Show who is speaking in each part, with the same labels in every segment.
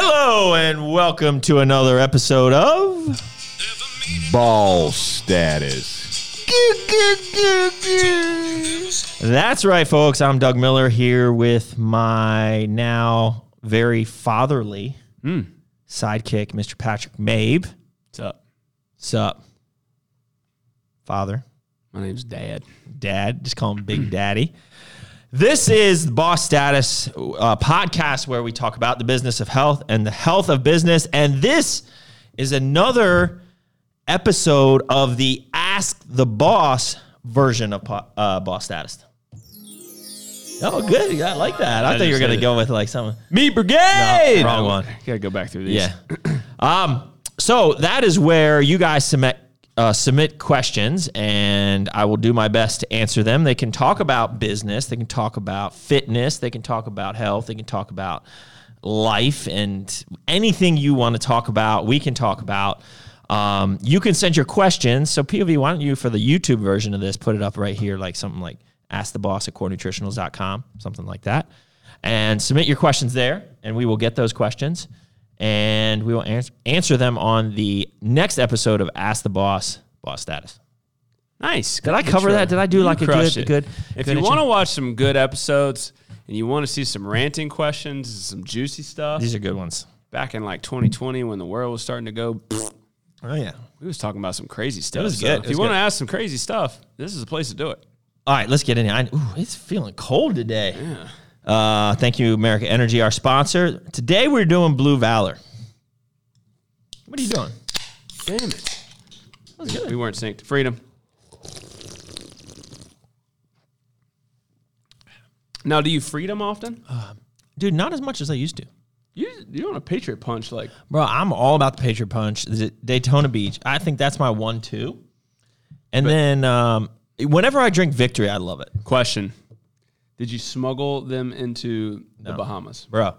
Speaker 1: Hello and welcome to another episode of
Speaker 2: Ball status.
Speaker 1: That's right, folks. I'm Doug Miller here with my now very fatherly sidekick, Mr. Patrick Mabe.
Speaker 3: Hmm. What's up?
Speaker 1: Sup, father,
Speaker 3: My name's Dad.
Speaker 1: dad, just call him Big Daddy. This is the Boss Status uh, podcast where we talk about the business of health and the health of business. And this is another episode of the Ask the Boss version of po- uh, Boss Status. Oh, good. Yeah, I like that. I, thought you were
Speaker 3: just
Speaker 1: going to
Speaker 3: hit
Speaker 1: go with like something.
Speaker 3: Me Brigade.
Speaker 1: wrong one.
Speaker 3: Gotta go back through these.
Speaker 1: Yeah. um, so that is where you guys submit uh, submit questions, and I will do my best to answer them. They can talk about business, they can talk about fitness, they can talk about health, they can talk about life, and anything you want to talk about, we can talk about. Um, you can send your questions. So POV, why don't you for the YouTube version of this put it up right here, like something like ask the boss at corenutritionals.com, something like that. And submit your questions there, and we will get those questions and we will ans- answer them on the next episode of Ask the Boss Boss Status.
Speaker 3: Nice.
Speaker 1: Did I cover that? Did I do like a
Speaker 3: crushed
Speaker 1: good-
Speaker 3: it.
Speaker 1: good-
Speaker 3: If
Speaker 1: good
Speaker 3: you want to
Speaker 1: intro?
Speaker 3: watch some good episodes and you want to see some ranting questions, and some juicy stuff,
Speaker 1: These are good ones.
Speaker 3: back in like 2020 when the world was starting to go,
Speaker 1: Oh yeah.
Speaker 3: we was talking about some crazy stuff.
Speaker 1: was
Speaker 3: So
Speaker 1: good. It
Speaker 3: If
Speaker 1: was
Speaker 3: you want
Speaker 1: good.
Speaker 3: to ask some crazy stuff, this is the place to do it.
Speaker 1: All right, let's get in. here. I, ooh, it's feeling cold today. Uh, thank you, America Energy, our sponsor. Today we're doing Blue Valor. What are you doing?
Speaker 3: Damn it. We weren't synced. Freedom. Now, do you freedom often?
Speaker 1: Dude, not as much as I used to.
Speaker 3: Uh, You you don't want a patriot punch like
Speaker 1: Bro, I'm all about the Patriot Punch. Is it Daytona Beach. I think that's my one two. And then um, whenever I drink Victory, I love it.
Speaker 3: Question: Did you smuggle them into the Bahamas?
Speaker 1: bro.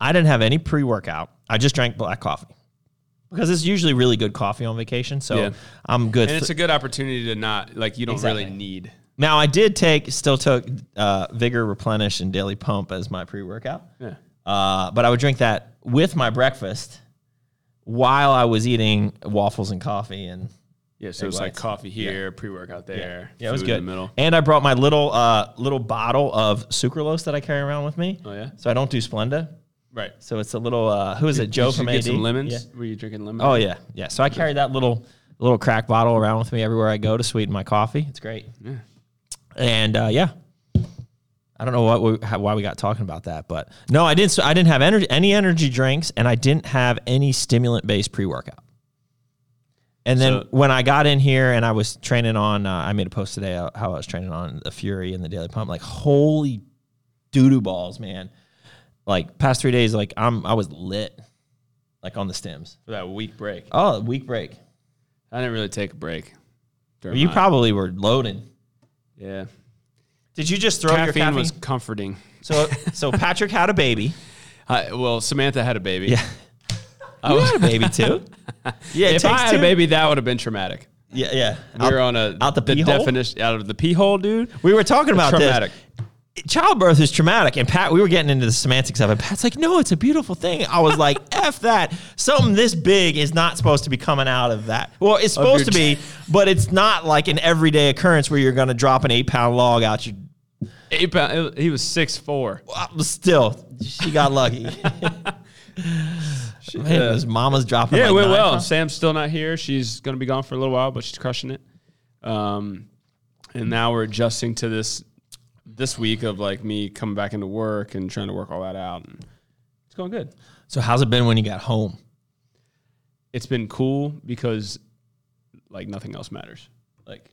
Speaker 1: I didn't have any pre workout. I just drank black coffee because it's usually really good coffee on vacation. So
Speaker 3: Yeah.
Speaker 1: I'm good.
Speaker 3: And it's a good opportunity to not like you don't really
Speaker 1: Exactly.
Speaker 3: need.
Speaker 1: now I did take, still took uh, Vigor Replenish and Daily Pump as my pre workout,
Speaker 3: Yeah.
Speaker 1: uh, but I would drink that with my breakfast while I was eating waffles and coffee and.
Speaker 3: Yeah, so it's like
Speaker 1: whites.
Speaker 3: coffee here, pre-workout there.
Speaker 1: Yeah, it was
Speaker 3: food
Speaker 1: good.
Speaker 3: In the middle.
Speaker 1: And I brought my little uh, little bottle of sucralose that I carry around with me.
Speaker 3: Oh yeah,
Speaker 1: So I don't do Splenda.
Speaker 3: right.
Speaker 1: So it's a little uh, who is it? Joe
Speaker 3: Did you
Speaker 1: from
Speaker 3: get
Speaker 1: AD.
Speaker 3: some lemons?
Speaker 1: Yeah.
Speaker 3: Were you drinking lemon?
Speaker 1: Oh yeah, yeah. So I carry that little little crack bottle around with me everywhere I go to sweeten my coffee. It's great.
Speaker 3: Yeah.
Speaker 1: And uh, yeah, I don't know what we, how, why we got talking about that, but no, I didn't. So I didn't have energy, any energy drinks, and I didn't have any stimulant based pre workout. And then
Speaker 3: So-
Speaker 1: when I got in here and I was training on, uh, I made a post today uh, how I was training on the Fury and the Daily Pump. Like holy doo doo balls, man! Like past three days, like I'm I was lit, like on the stems.
Speaker 3: For that week break.
Speaker 1: Oh, week break.
Speaker 3: I didn't really take a break. during
Speaker 1: You
Speaker 3: my-
Speaker 1: probably were loading.
Speaker 3: yeah.
Speaker 1: Did you just throw your
Speaker 3: Caffeine
Speaker 1: caffeine?
Speaker 3: was comforting.
Speaker 1: so so Patrick had a baby.
Speaker 3: I, well, Samantha had a baby.
Speaker 1: Yeah. You had a baby too. yeah, it
Speaker 3: Oh. If I
Speaker 1: takes
Speaker 3: had
Speaker 1: two.
Speaker 3: a baby, that would have been traumatic.
Speaker 1: yeah, yeah.
Speaker 3: We were on a
Speaker 1: out the pee hole?
Speaker 3: definition out of the pee hole, dude.
Speaker 1: We were talking about
Speaker 3: Traumatic.
Speaker 1: this. Childbirth is traumatic, and Pat, we were getting into the semantics of it. Pat's like, "No, it's a beautiful thing." I was like, "F that! Something this big is not supposed to be coming out of that. Well, it's supposed to
Speaker 3: your-
Speaker 1: be, but it's not like an everyday occurrence where you're going to drop an eight pound log out your
Speaker 3: Eight pound, he was six four.
Speaker 1: Well, still, she got lucky. Man, his mama's dropping.
Speaker 3: Yeah,
Speaker 1: like
Speaker 3: it went
Speaker 1: nine
Speaker 3: well.
Speaker 1: pounds.
Speaker 3: Sam's still not here. She's going to be gone for a little while, but she's crushing it. Um, and now we're adjusting to this this week of like me coming back into work and trying to work all that out. And it's going good.
Speaker 1: So how's it been when you got home?
Speaker 3: It's been cool because like nothing else matters. Like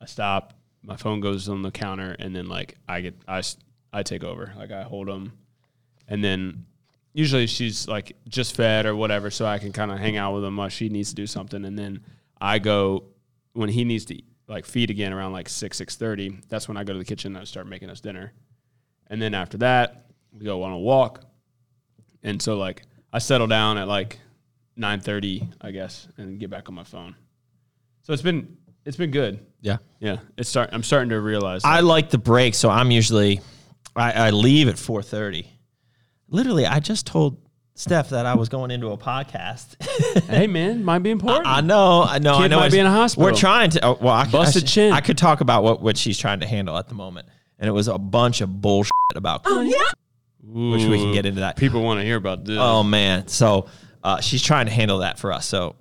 Speaker 3: I stop, my phone goes on the counter, and then like I get I s- I take over. Like I hold them, and then. Usually she's like just fed or whatever, so I can kind of hang out with him while she needs to do something, and then I go when he needs to like feed again around like six six thirty. That's when I go to the kitchen and I start making us dinner, and then after that we go on a walk, and so like I settle down at like nine thirty, I guess, and get back on my phone. So it's been it's been good.
Speaker 1: Yeah,
Speaker 3: Yeah, it's start. I'm starting to realize.
Speaker 1: I like the break, so I'm usually I, I leave at four thirty. Literally, I just told Steph, that I was going into a podcast.
Speaker 3: hey man, might be important.
Speaker 1: I know, I know, I
Speaker 3: Kid
Speaker 1: know.
Speaker 3: might
Speaker 1: it's-
Speaker 3: be in a hospital.
Speaker 1: We're trying to. Oh, well, I,
Speaker 3: Busted
Speaker 1: I,
Speaker 3: chin.
Speaker 1: I could talk about what, what she's trying to handle at the moment, and it was a bunch of bullshit about, which we can get into that.
Speaker 3: People want to hear about this.
Speaker 1: Oh man, so uh, she's trying to handle that for us. So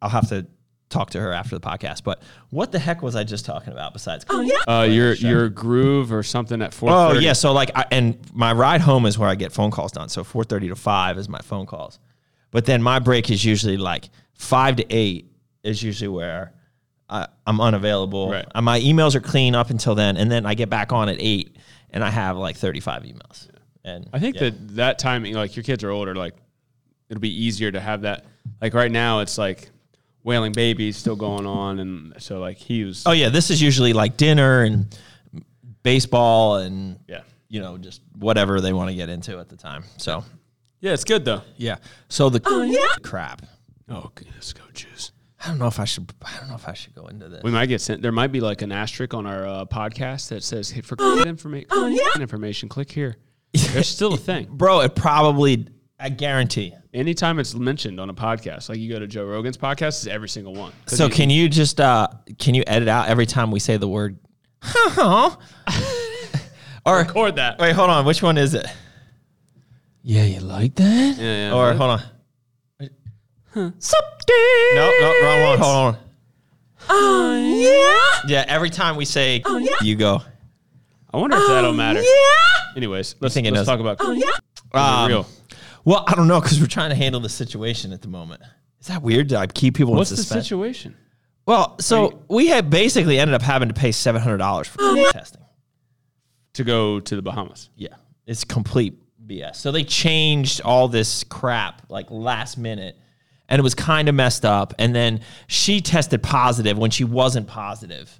Speaker 1: I'll have to talk to her after the podcast. But what the heck was I just talking about besides? Oh yeah.
Speaker 3: uh, your your groove or something at four.
Speaker 1: Oh yeah. So like, I, and my ride home is where I get phone calls done. So four thirty to five is my phone calls, but then my break is usually like five to eight is usually where I, I'm unavailable.
Speaker 3: Right.
Speaker 1: Uh, my emails are clean up until then, and then I get back on at eight, and I have like thirty five emails. And
Speaker 3: I think
Speaker 1: yeah.
Speaker 3: that that timing, like your kids are older, like it'll be easier to have that. Like right now, it's like wailing babies still going on, and so like he was.
Speaker 1: Oh yeah, this is usually like dinner and baseball and
Speaker 3: yeah,
Speaker 1: you know just whatever they want to get into at the time. So
Speaker 3: yeah, it's good though.
Speaker 1: yeah. So the crap.
Speaker 3: Oh, let's go Jews.
Speaker 1: I don't know if I should. I don't know if I should go into this.
Speaker 3: We might get sent. There might be like an asterisk on our uh, podcast that says hey, for information, information, click here. There's still a thing.
Speaker 1: Bro, it probably, I guarantee.
Speaker 3: Anytime it's mentioned on a podcast, like you go to Joe Rogan's podcast, it's every single one. 'Cause
Speaker 1: So
Speaker 3: he-
Speaker 1: can you just, uh, can you edit out every time we say the word? or,
Speaker 3: record that?
Speaker 1: wait, hold on. Which one is it? Yeah, you like that?
Speaker 3: Yeah, yeah.
Speaker 1: Or, hold on. Nope, nope, wrong one. Hold on. Oh, yeah. Oh, Yeah, every time we say, you go.
Speaker 3: I wonder if that'll matter. Anyways, let's,
Speaker 1: think it does.
Speaker 3: let's talk about
Speaker 1: Um,
Speaker 3: real.
Speaker 1: Well, I don't know because we're trying to handle the situation at the moment. Is that weird? Do I keep people
Speaker 3: What's
Speaker 1: in
Speaker 3: the
Speaker 1: suspense?
Speaker 3: situation?
Speaker 1: Well, so we had basically ended up having to pay seven hundred dollars for testing.
Speaker 3: To go to the Bahamas.
Speaker 1: Yeah, it's complete BS. So they changed all this crap like last minute, and it was kind of messed up. And then she tested positive when she wasn't positive.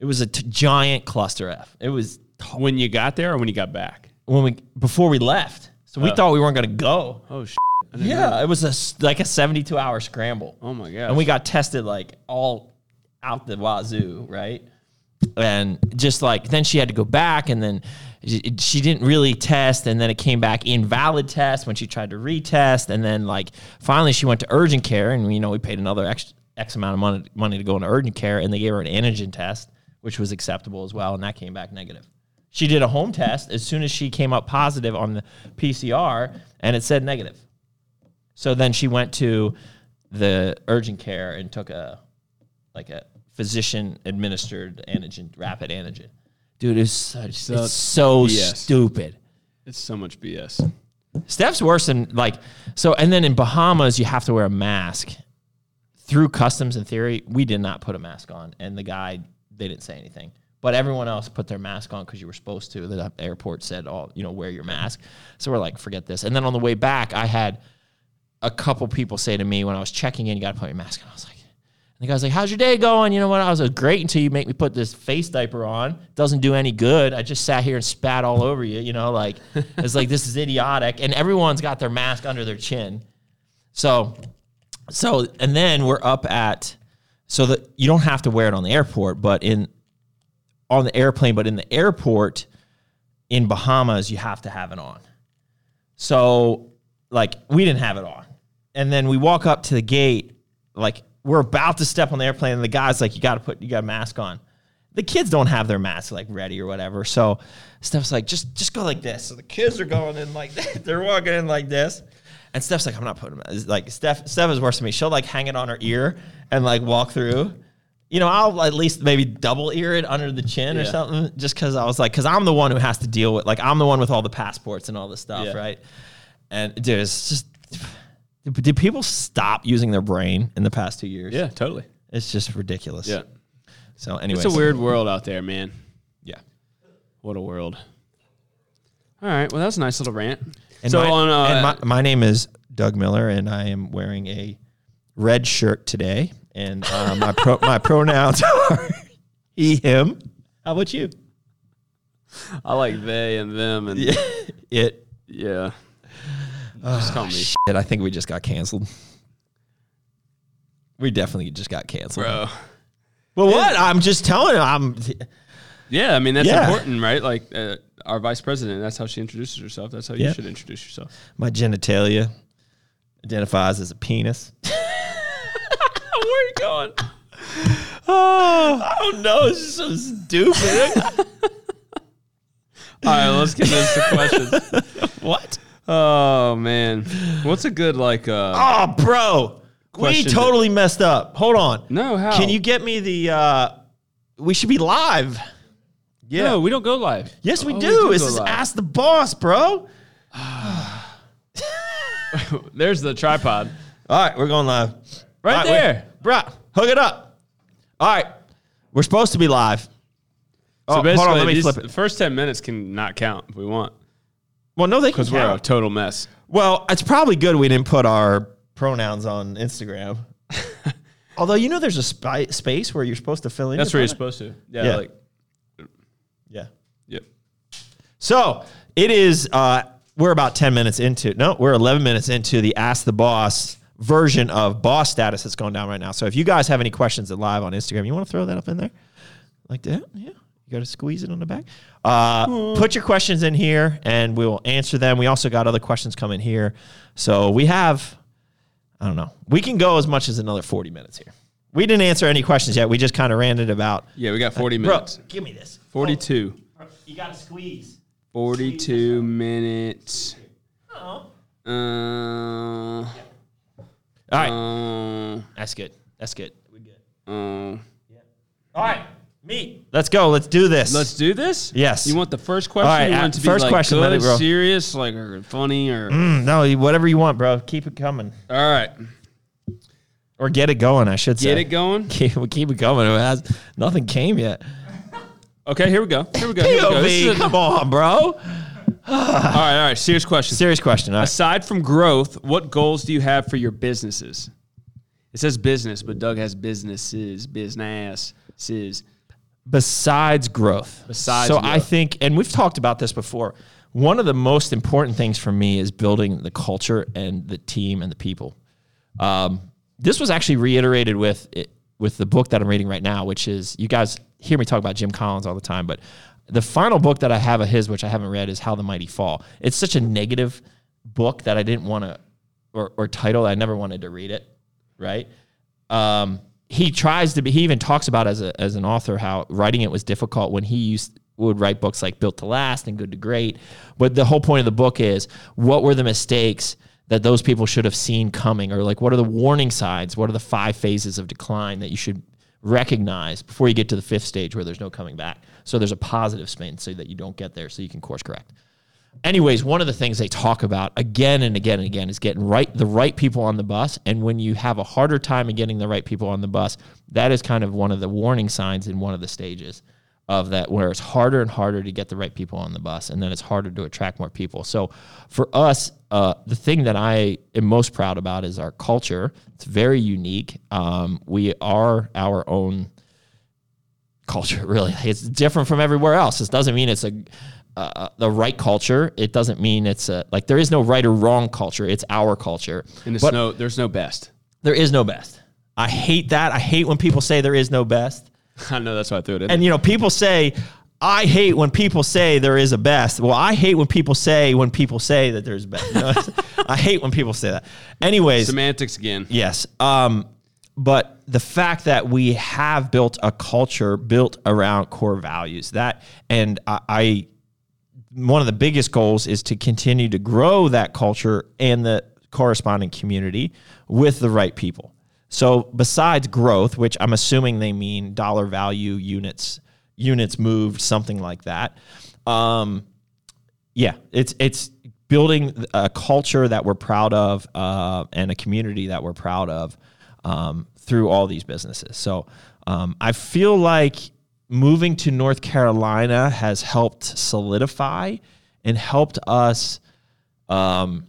Speaker 1: It was a t- giant cluster f. It was t-
Speaker 3: When you got there or when you got back?
Speaker 1: when we before we left, so we
Speaker 3: Oh.
Speaker 1: thought we weren't going to go.
Speaker 3: Oh, sh-
Speaker 1: Yeah, it was a s- like a seventy-two hour scramble.
Speaker 3: oh my god.
Speaker 1: and we got tested like all out the wazoo, right? And just like then she had to go back, and then she, she didn't really test, and then it came back invalid test when she tried to retest, and then like finally she went to urgent care, and you know we paid another X, X amount of money money to go into urgent care, and they gave her an antigen test, which was acceptable as well, and that came back negative. She did a home test as soon as she came up positive on the PCR, and it said negative. So then she went to the urgent care and took a like a physician administered antigen rapid antigen. Dude, it's such
Speaker 3: Sucks.
Speaker 1: it's so
Speaker 3: BS.
Speaker 1: stupid.
Speaker 3: it's so much BS.
Speaker 1: Steph's worse than like so and then in Bahamas you have to wear a mask. Through customs and theory, we did not put a mask on and the guy they didn't say anything. But everyone else put their mask on because you were supposed to. The airport said, "Oh, you know, wear your mask." So we're like, "Forget this." And then on the way back, I had a couple people say to me when I was checking in, you got to put your mask on. I was like, and the guy's like, how's your day going? You know what? I was like, great until you make me put this face diaper on. Doesn't do any good. I just sat here and spat all over you. You know, like, it's like, this is idiotic. And everyone's got their mask under their chin. So, so, and then we're up at, so that you don't have to wear it on the airport, but in, on the airplane, but in the airport in Bahamas, you have to have it on. So, like, we didn't have it on. And then we walk up to the gate, like, we're about to step on the airplane, and the guy's like, You got to put, you got a mask on. The kids don't have their masks like ready or whatever. So Steph's like, just just go like this. So the kids are going in like that. They're walking in like this. And Steph's like, I'm not putting it. Like Steph, Steph is worse than me. She'll like hang it on her ear and like walk through. You know, I'll at least maybe double ear it under the chin or
Speaker 3: Yeah.
Speaker 1: something, just because I was like, because I'm the one who has to deal with, like, I'm the one with all the passports and all this stuff,
Speaker 3: Yeah.
Speaker 1: right? And dude, it's just did, did people stop using their brain in the past two years?
Speaker 3: Yeah, totally.
Speaker 1: it's just ridiculous.
Speaker 3: Yeah.
Speaker 1: So anyway,
Speaker 3: It's a weird world out there, man.
Speaker 1: Yeah.
Speaker 3: What a world. All right. Well, that was a nice little rant.
Speaker 1: And
Speaker 3: so
Speaker 1: my,
Speaker 3: on uh,
Speaker 1: and my, my name is Doug Miller, and I am wearing a red shirt today, and uh, my pro, my pronouns are he him. How about you?
Speaker 3: I like they and them and yeah.
Speaker 1: It.
Speaker 3: Just call me sh-
Speaker 1: Shit, I think we just got canceled. We definitely just got canceled.
Speaker 3: bro.
Speaker 1: Well, what? I'm just telling. you, I'm.
Speaker 3: Yeah, I mean that's
Speaker 1: Yeah.
Speaker 3: important, right? Like uh, our vice president, that's how she introduces herself. That's how
Speaker 1: Yeah.
Speaker 3: you should introduce yourself.
Speaker 1: my genitalia. identifies as a penis.
Speaker 3: Where are you going?
Speaker 1: I don't know. It's just Oh, so stupid.
Speaker 3: All right, let's get into questions.
Speaker 1: what?
Speaker 3: Oh man, what's a good like? uh
Speaker 1: Oh, bro.
Speaker 3: Question
Speaker 1: we totally messed up. Hold on.
Speaker 3: No, how?
Speaker 1: Can you get me the? uh We should be live. Yeah.
Speaker 3: No, we don't go live.
Speaker 1: Yes, we
Speaker 3: Oh, we
Speaker 1: do.
Speaker 3: do
Speaker 1: This
Speaker 3: go
Speaker 1: is
Speaker 3: live.
Speaker 1: Ask the Boss, bro.
Speaker 3: There's the tripod
Speaker 1: All right, we're going live.
Speaker 3: right
Speaker 1: All
Speaker 3: there.
Speaker 1: wait. bro. Hook it up. All right, we're supposed to be live. Oh,
Speaker 3: So basically,
Speaker 1: hold on, let me
Speaker 3: these-
Speaker 1: flip
Speaker 3: the
Speaker 1: it.
Speaker 3: first ten minutes can not count if we want
Speaker 1: Well, no, they can
Speaker 3: because we're a
Speaker 1: count.
Speaker 3: total mess.
Speaker 1: Well, it's probably good we didn't put our pronouns on Instagram. Although you know, there's a spi- space where you're supposed to fill in.
Speaker 3: That's where
Speaker 1: your
Speaker 3: you're
Speaker 1: pronoun.
Speaker 3: supposed to. Yeah,
Speaker 1: Yeah.
Speaker 3: like
Speaker 1: Yeah.
Speaker 3: yep.
Speaker 1: So it is. Uh, we're about ten minutes into. No, we're eleven minutes into the Ask the Boss version of Boss Status that's going down right now. So if you guys have any questions that live on Instagram, you want to throw that up in there, like that. Yeah, you got to squeeze it on the back. Uh, put your questions in here, and we will answer them. We also got other questions coming here, so we have. I don't know. We can go as much as another forty minutes here. We didn't answer any questions yet. We just kind of ranted about.
Speaker 3: Yeah, we got 40
Speaker 1: Bro,
Speaker 3: minutes.
Speaker 1: give me this.
Speaker 3: 42.
Speaker 1: Oh, you got to squeeze.
Speaker 3: 42 minutes. Uh,
Speaker 1: All right.
Speaker 3: uh,
Speaker 1: That's good. That's good. We good.
Speaker 3: uh,
Speaker 1: All right, me. Let's go. Let's do this.
Speaker 3: let's do this.
Speaker 1: Yes.
Speaker 3: You want the first question?
Speaker 1: right,
Speaker 3: you
Speaker 1: uh,
Speaker 3: want it to
Speaker 1: first
Speaker 3: be like
Speaker 1: question,
Speaker 3: good,
Speaker 1: let it roll.
Speaker 3: serious, like or funny, or
Speaker 1: Mm, no, you- whatever you want, bro. Keep it coming,
Speaker 3: all right.
Speaker 1: or get it going. I should
Speaker 3: Get
Speaker 1: say.
Speaker 3: it going.
Speaker 1: Keep, we keep it going. It has, nothing came yet.
Speaker 3: Okay, here we go. Here we go. Here we go. This
Speaker 1: POV.
Speaker 3: is a- all
Speaker 1: Come on, bro.
Speaker 3: right, all right. Serious question.
Speaker 1: Serious question. All right.
Speaker 3: Aside from growth, what goals do you have for your businesses? It says business, but Doug has businesses, businesses.
Speaker 1: Besides growth.
Speaker 3: Besides
Speaker 1: So
Speaker 3: growth.
Speaker 1: I think, and we've talked about this before. One of the most important things for me is building the culture and the team and the people. Um, this was actually reiterated with it, with the book that I'm reading right now, which is you guys hear me talk about Jim Collins all the time, but the final book that I have of his, which I haven't read, is How the Mighty Fall. It's such a negative book that I didn't want to, or, or title, I never wanted to read it, right? Um, he tries to be, he even talks about as, a, as an author how writing it was difficult when he used, would write books like Built to Last and Good to Great. But the whole point of the book is what were the mistakes that those people should have seen coming or like what are the warning signs what are the five phases of decline that you should recognize before you get to the fifth stage where there's no coming back so there's a positive spin so that you don't get there so you can course correct anyways one of the things they talk about again and again and again is getting right the right people on the bus and when you have a harder time in getting the right people on the bus that is kind of one of the warning signs in one of the stages of that where it's harder and harder to get the right people on the bus and then it's harder to attract more people so for us uh, the thing that i am most proud about is our culture it's very unique um, we are our own culture really it's different from everywhere else this doesn't mean it's a uh, the right culture it doesn't mean it's a like there is no right or wrong culture it's our culture
Speaker 3: In the
Speaker 1: But-
Speaker 3: snow, there's no best.
Speaker 1: there is no best i hate that i hate when people say there is no best
Speaker 3: I know that's why I threw it in.
Speaker 1: and you know people say i hate when people say there is a best well i hate when people say when people say that there's best You know, i hate when people say that anyways
Speaker 3: Semantics again.
Speaker 1: Yes. Um, but the fact that we have built a culture built around core values that, and I, I one of the biggest goals is to continue to grow that culture and the corresponding community with the right people. So besides growth, which I'm assuming they mean dollar value units, units moved, something like that. Um, yeah, it's it's building a culture that we're proud of uh, and a community that we're proud of um, through all these businesses. So um, I feel like moving to North Carolina has helped solidify and helped us um,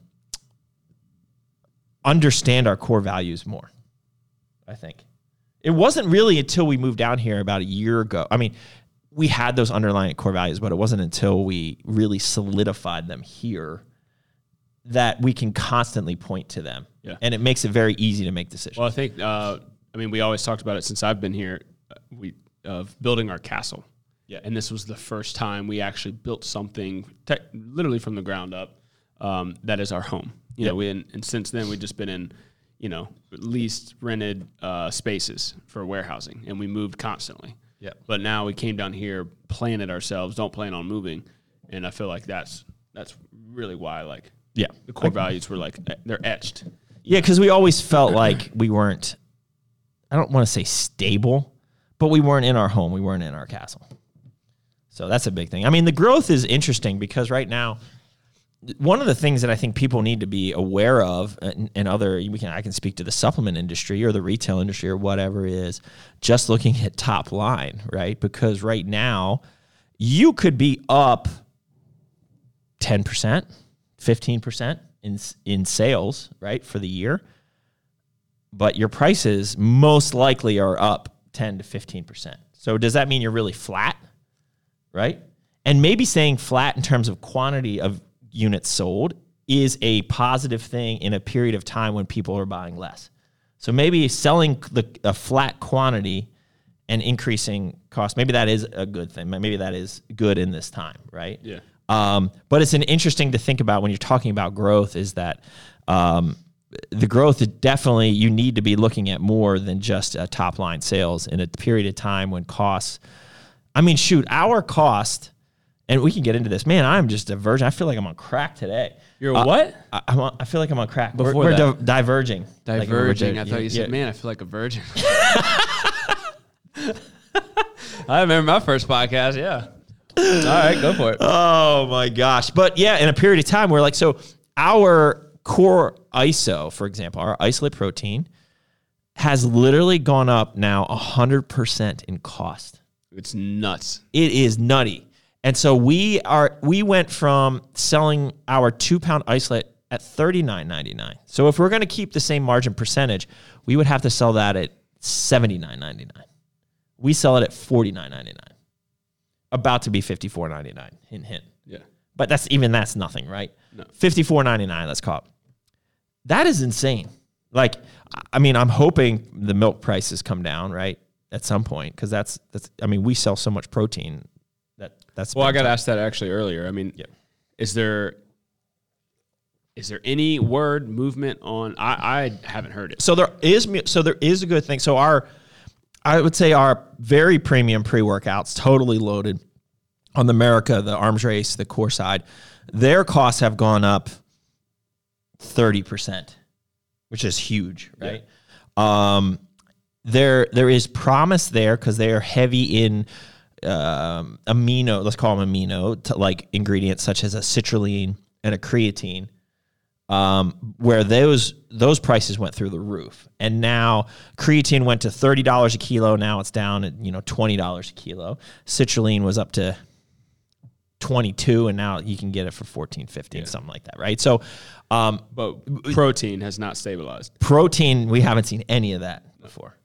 Speaker 1: understand our core values more. I think it wasn't really until we moved down here about a year ago. I mean, we had those underlying core values, but it wasn't until we really solidified them here that we can constantly point to them.
Speaker 3: Yeah.
Speaker 1: And it makes it very easy to make decisions.
Speaker 3: Well, I think uh, I mean we always talked about it since I've been here. uh, We of building our castle.
Speaker 1: Yeah.
Speaker 3: and this was the first time we actually built something tech, literally from the ground up um, that is our home. You know, we and, and since then we've just been in, you know, leased rented uh, spaces for warehousing, and we moved constantly.
Speaker 4: Yeah.
Speaker 3: But now we came down here, plan it ourselves. Don't plan on moving, and I feel like that's that's really why like
Speaker 1: Yeah.
Speaker 3: the core values were like eh, they're etched.
Speaker 1: Yeah, because we always felt like we weren't, I don't want to say stable, but we weren't in our home. We weren't in our castle. So that's a big thing. I mean, the growth is interesting because right now, one of the things that I think people need to be aware of, uh, and, and other, we can I can speak to the supplement industry or the retail industry or whatever is, just looking at top line, right? Because right now, you could be up ten percent, fifteen percent in in sales, right, for the year. But your prices most likely are up ten to fifteen percent. So does that mean you're really flat, right? And maybe saying flat in terms of quantity of units sold is a positive thing in a period of time when people are buying less. So maybe selling the, a flat quantity and increasing cost, maybe that is a good thing. Maybe that is good in this time, right?
Speaker 3: Yeah.
Speaker 1: Um, but it's an interesting to think about when you're talking about growth is that um, the growth is definitely you need to be looking at more than just uh, top line sales in a period of time when costs. I mean, shoot, our cost, and we can get into this. Man, I'm just diverging. I feel like I'm on crack today. Uh,
Speaker 3: You're what?
Speaker 1: I, I'm on, I feel like I'm on crack.
Speaker 4: Before
Speaker 1: we're we're
Speaker 4: that.
Speaker 1: di- diverging. Like, we're
Speaker 4: Diverging.
Speaker 1: di-
Speaker 4: I thought you said,
Speaker 1: yeah.
Speaker 4: man, I feel like a virgin. I remember my first podcast. Yeah. All right, go for it.
Speaker 1: Oh my gosh. But yeah, in a period of time, we're like, so our core ISO, for example, our isolate protein has literally gone up now 100% in cost.
Speaker 3: It's nuts.
Speaker 1: It is nutty. And so we are we went from selling our two pound isolate at thirty nine ninety nine. So if we're going to keep the same margin percentage, we would have to sell that at seventy nine ninety nine. We sell it at forty nine ninety nine, about to be fifty four ninety nine. Hint hint.
Speaker 3: Yeah.
Speaker 1: But that's even that's nothing, right?
Speaker 3: No.
Speaker 1: Fifty four ninety nine. Let's call it. That is insane. Like, I- I mean, I'm hoping the milk prices come down, right, at some point, because that's that's. I mean, we sell so much protein that that's.
Speaker 3: Well, I got asked that actually earlier. I mean, is there is there any word movement on? I, I haven't heard it.
Speaker 1: So there is mu- so there is a good thing. So our, I would say our very premium pre workouts, totally loaded, on the America, the Arms Race, the Core side, their costs have gone up thirty percent, which is huge, right? Um, there there is promise there because they are heavy in um, amino. Let's call them amino to like ingredients such as a citrulline and a creatine um, where those those prices went through the roof, and now creatine went to thirty dollars a kilo. Now it's down at you know twenty dollars a kilo. Citrulline was up to twenty two, and now you can get it for fourteen, fifteen, something like that, right? So, um,
Speaker 3: But protein has not stabilized.
Speaker 1: protein we haven't seen any of that before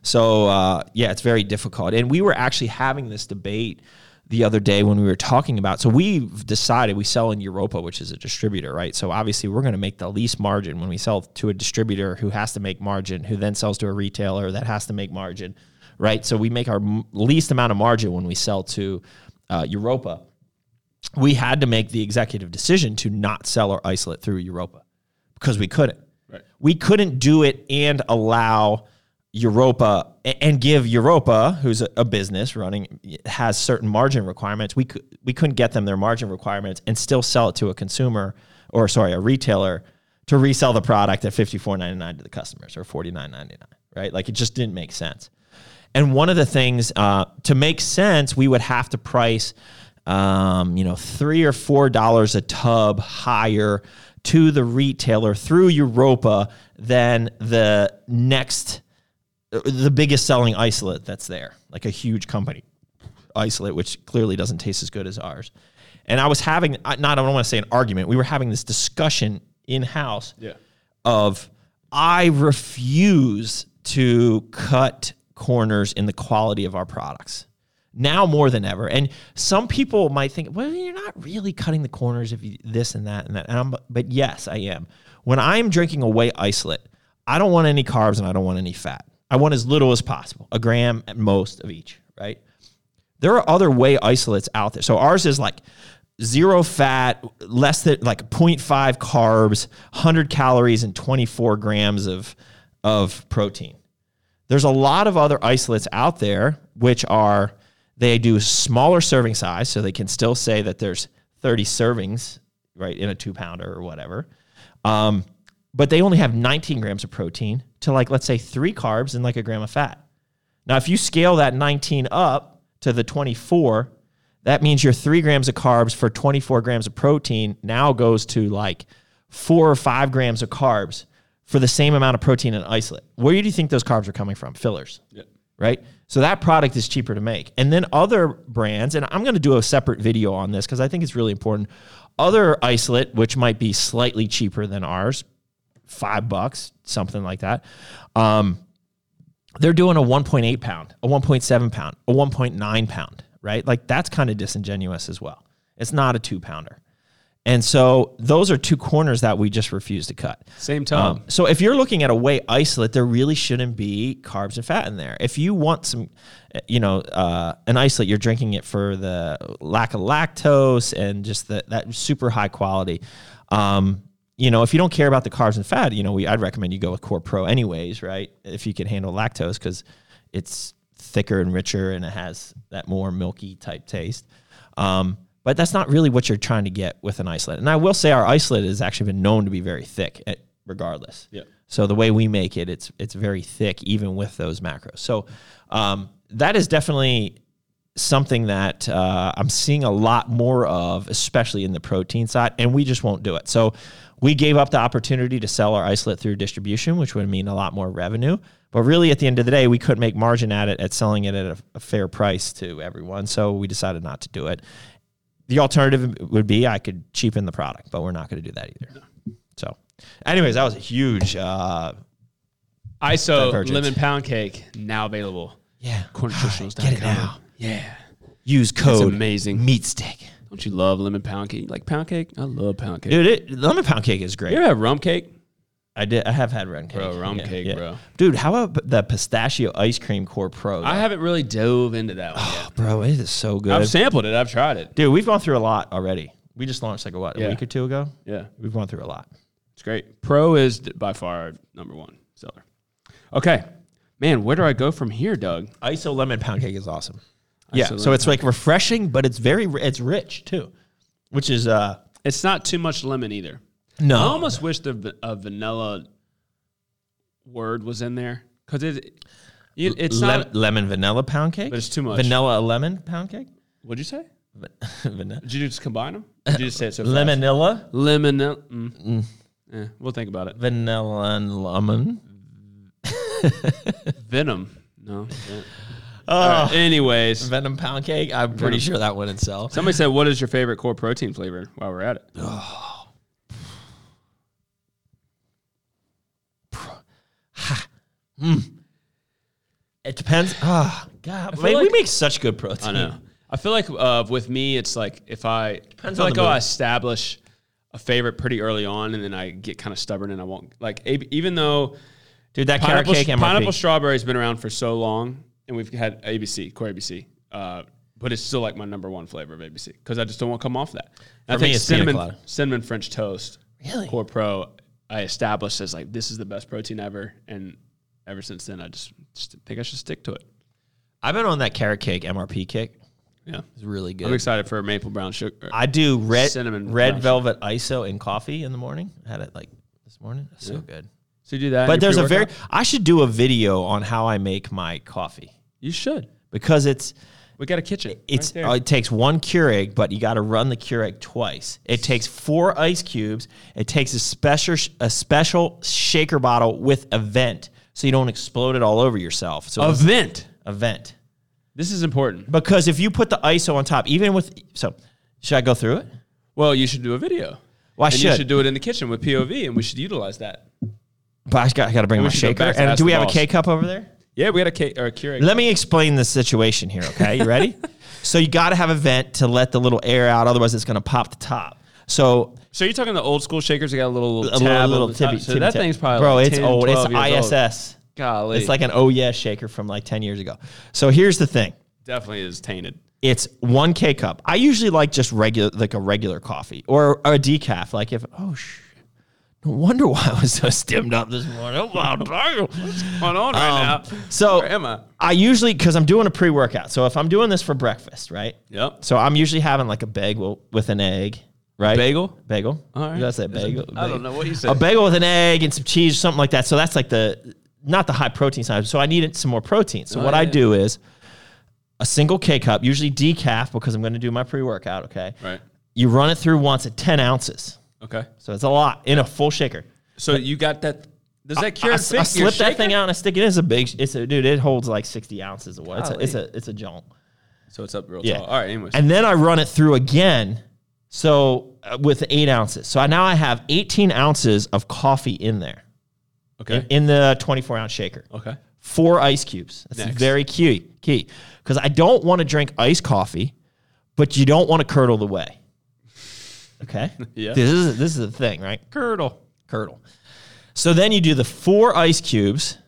Speaker 1: so uh, yeah it's very difficult and we were actually having this debate the other day when we were talking about so we've decided we sell in europa which is a distributor right so obviously we're going to make the least margin when we sell to a distributor who has to make margin who then sells to a retailer that has to make margin right so we make our m- least amount of margin when we sell to uh, europa we had to make the executive decision to not sell our isolate through Europa because we couldn't.
Speaker 3: Right.
Speaker 1: We couldn't do it and allow Europa a- and give Europa, who's a, a business running, has certain margin requirements. We could we couldn't get them their margin requirements and still sell it to a consumer or sorry a retailer to resell the product at fifty four ninety nine to the customers or forty nine ninety nine. Right? Like it just didn't make sense. And one of the things uh, to make sense, we would have to price, um, you know, three or four dollars a tub higher to the retailer through Europa than the next, uh, the biggest selling isolate that's there, like a huge company isolate, which clearly doesn't taste as good as ours. And I was having I- not I don't want to say an argument. We were having this discussion in house
Speaker 3: Yeah.
Speaker 1: of I refuse to cut corners in the quality of our products now more than ever. And some people might think, well, you're not really cutting the corners of this and that and that. And I'm, but yes, I am. When I'm drinking away isolate, I don't want any carbs and I don't want any fat. I want as little as possible, a gram at most of each, right? there are other way isolates out there. So ours is like zero fat, less than like 0.5 carbs, 100 calories, and 24 grams of, of protein. There's a lot of other isolates out there which are they do smaller serving size, so they can still say that there's 30 servings right in a two pounder or whatever. Um, but they only have 19 grams of protein to like let's say three carbs and like a gram of fat. Now, if you scale that 19 up to the 24, that means your three grams of carbs for 24 grams of protein now goes to like four or five grams of carbs for the same amount of protein in isolate. Where do you think those carbs are coming from? Fillers, right? So that product is cheaper to make. And then other brands, and I'm going to do a separate video on this because I think it's really important. Other isolate, which might be slightly cheaper than ours, five bucks, something like that. Um, they're doing a 1.8 pound, a 1.7 pound, a 1.9 pound, right? Like that's kind of disingenuous as well. It's not a two pounder. And so those are two corners that we just refuse to cut.
Speaker 3: Same time.
Speaker 1: Um, so if you're looking at a whey isolate, there really shouldn't be carbs and fat in there. If you want some, uh, you know, uh, an isolate, you're drinking it for the lack of lactose and just the, that super high quality. Um, you know, if you don't care about the carbs and fat, you know, we I'd recommend you go with Core Pro anyways, right? If you can handle lactose because it's thicker and richer and it has that more milky type taste. Um, but that's not really what you're trying to get with an isolate. And I will say our isolate has actually been known to be very thick, eh, regardless.
Speaker 3: Yeah.
Speaker 1: So the way we make it, it's it's very thick, even with those macros. So um, that is definitely something that uh, I'm seeing a lot more of, especially in the protein side, and we just won't do it. So we gave up the opportunity to sell our isolate through distribution, which would mean a lot more revenue. But really, at the end of the day, we couldn't make margin at it at selling it at a, a fair price to everyone. So we decided not to do it. The alternative would be I could cheapen the product, but we're not going to do that either. So, anyways, that was a huge. Uh,
Speaker 3: ISO
Speaker 1: Divergent.
Speaker 3: lemon pound cake now available.
Speaker 1: Yeah.
Speaker 3: Cornnutritionals.com.
Speaker 1: Get it now.
Speaker 3: Yeah.
Speaker 1: Use
Speaker 3: It's
Speaker 1: code
Speaker 3: amazing.
Speaker 1: meat stick.
Speaker 3: Don't you love lemon pound cake? You like pound cake? I love pound cake.
Speaker 1: Dude, it, lemon pound cake is great.
Speaker 3: You ever have rum cake?
Speaker 1: I did. I have had rum cake.
Speaker 3: Bro, rum cake, bro.
Speaker 1: Dude, how about the pistachio ice cream core pro?
Speaker 3: I
Speaker 1: though?
Speaker 3: haven't really dove into that one yet.
Speaker 1: bro, it is so Oh, good.
Speaker 3: I've sampled it. I've tried it.
Speaker 1: Dude, we've gone through a lot already. We just launched like a what a
Speaker 3: Yeah.
Speaker 1: week or two ago.
Speaker 3: Yeah,
Speaker 1: We've gone through a lot.
Speaker 3: it's great. Pro is th- by far our number one seller. Okay, man, where do I go from here, Doug?
Speaker 1: ISO lemon pound cake is awesome. Yeah,
Speaker 3: Iso
Speaker 1: so
Speaker 3: lemon
Speaker 1: it's like refreshing, but it's very ri- it's rich too, which is uh
Speaker 3: It's not too much lemon either.
Speaker 1: no
Speaker 3: I almost wish the va- a vanilla word was in there because it, you- it's
Speaker 1: Lem-
Speaker 3: not.
Speaker 1: lemon vanilla pound cake.
Speaker 3: But it's too much.
Speaker 1: Vanilla lemon pound cake.
Speaker 3: What'd you say?
Speaker 1: vanilla.
Speaker 3: Did you just combine them?
Speaker 1: Uh,
Speaker 3: Did you just say it so fast?
Speaker 1: Lemonilla,
Speaker 3: Lemon. Mm. Eh, we'll think about it.
Speaker 1: vanilla and lemon.
Speaker 3: Venom. No. yeah.
Speaker 1: Oh,
Speaker 3: All right, Anyways,
Speaker 1: Venom pound cake. I'm pretty sure that wouldn't sell.
Speaker 3: somebody said, "What is your favorite core protein flavor?" While we're at it,
Speaker 1: It depends. Ah, God, man, we
Speaker 3: like-
Speaker 1: make such good protein.
Speaker 3: I know. I feel like uh, with me, it's like if I Depends I feel
Speaker 1: on
Speaker 3: like
Speaker 1: the
Speaker 3: oh, I
Speaker 1: mood.
Speaker 3: establish a favorite pretty early on, and then I get kind of stubborn and I won't like ab- even though
Speaker 1: dude. That carrot
Speaker 3: pineapple,
Speaker 1: cake MRP.
Speaker 3: pineapple strawberry has been around for so long, and we've had ABC core ABC, uh, but it's still like my number one flavor of ABC because I just don't want to come off that. And I
Speaker 1: For me,
Speaker 3: think
Speaker 1: it's pina
Speaker 3: cinnamon
Speaker 1: colada.
Speaker 3: cinnamon French toast
Speaker 1: Really?
Speaker 3: core pro. I established as like this is the best protein ever, and ever since then, I just, just think I should stick to it.
Speaker 1: I've been on that carrot cake MRP kick.
Speaker 3: Yeah.
Speaker 1: It's really
Speaker 3: I'm
Speaker 1: good.
Speaker 3: excited for maple brown sugar.
Speaker 1: I do red
Speaker 3: Cinnamon
Speaker 1: red
Speaker 3: brown
Speaker 1: velvet ISO in coffee in the morning. I had it like this morning. It's so good.
Speaker 3: So you do that. in
Speaker 1: But
Speaker 3: your
Speaker 1: there's a very.
Speaker 3: pre-workout?
Speaker 1: I should do a video on how I make my coffee
Speaker 3: You should.
Speaker 1: because it's
Speaker 3: We got a kitchen.
Speaker 1: It's
Speaker 3: right
Speaker 1: uh,
Speaker 3: there.
Speaker 1: it takes one Keurig, but you got to run the Keurig twice. It takes four ice cubes. It takes a special a special shaker bottle with a vent, so you don't explode it all over yourself. So
Speaker 3: a
Speaker 1: it's
Speaker 3: vent.
Speaker 1: a vent
Speaker 3: This is important.
Speaker 1: because if you put the ISO on top, even with so, should I go through it?
Speaker 3: Well, you should do a video.
Speaker 1: Well, I
Speaker 3: and you
Speaker 1: should.
Speaker 3: should do it in the kitchen with POV, and we should utilize that.
Speaker 1: But I got, I got to bring
Speaker 3: We
Speaker 1: my
Speaker 3: should go
Speaker 1: shaker.
Speaker 3: back to
Speaker 1: And
Speaker 3: Ask
Speaker 1: do we
Speaker 3: the
Speaker 1: have a
Speaker 3: Boss.
Speaker 1: K cup over there?
Speaker 3: Yeah, we got a cake or a Keurig.
Speaker 1: Let me explain the situation here, okay? You ready? so you got to have a vent to let the little air out, otherwise it's going to pop the top. So
Speaker 3: so you're talking the old school shakers? They got a little,
Speaker 1: a
Speaker 3: tab
Speaker 1: little,
Speaker 3: on
Speaker 1: little
Speaker 3: the top.
Speaker 1: tibby,
Speaker 3: So
Speaker 1: tibby
Speaker 3: that
Speaker 1: tip.
Speaker 3: thing's probably
Speaker 1: bro.
Speaker 3: like
Speaker 1: it's
Speaker 3: 10,
Speaker 1: old. It's
Speaker 3: 12 years old.
Speaker 1: ISS.
Speaker 3: Golly,
Speaker 1: It's like an oh yeah shaker from like ten years ago. So here's the thing.
Speaker 3: definitely is tainted.
Speaker 1: It's one K cup. I usually like just regular, like a regular coffee or, or a decaf. Like if oh sh, no wonder why I was so stemmed up this morning. Oh, my God.
Speaker 3: Going on right
Speaker 1: Um,
Speaker 3: now.
Speaker 1: so
Speaker 3: Where am I?
Speaker 1: I usually because I'm doing a pre workout. So if I'm doing this for breakfast, right?
Speaker 3: Yep.
Speaker 1: So I'm usually having like a bagel with an egg, right?
Speaker 4: Bagel?
Speaker 1: Bagel.
Speaker 3: All right.
Speaker 1: You guys say bagel?
Speaker 4: I don't know what you said.
Speaker 1: A bagel with an egg and some cheese, something like that. So that's like the not the high protein side. So I needed some more protein. So what I
Speaker 4: Oh, yeah.
Speaker 1: do is a single K cup, usually decaf because I'm going to do my pre workout. Okay.
Speaker 3: Right.
Speaker 1: You run it through once at 10 ounces.
Speaker 3: Okay.
Speaker 1: So it's a lot in a full shaker.
Speaker 4: so you got that? Does that
Speaker 1: I,
Speaker 4: cure
Speaker 1: I
Speaker 4: fit?
Speaker 1: slip that thing out and I stick it in. It's a big, it's a dude. It holds like sixty ounces of water. It's a,
Speaker 4: Golly.
Speaker 1: it's a, it's a junk.
Speaker 4: So it's up real
Speaker 1: Yeah.
Speaker 4: tall. All right. Anyways,
Speaker 1: And then I run it through again. So uh, with eight ounces. So I, now I have 18 ounces of coffee in there
Speaker 3: Okay.
Speaker 1: in the 24 ounce shaker.
Speaker 3: Okay.
Speaker 1: Four ice cubes. That's
Speaker 3: Next.
Speaker 1: very key key because I don't want to drink iced coffee, but you don't want to curdle the way. Okay.
Speaker 3: Yeah.
Speaker 1: This is this is the thing, right? Curdle, curdle. So then you do the four ice cubes,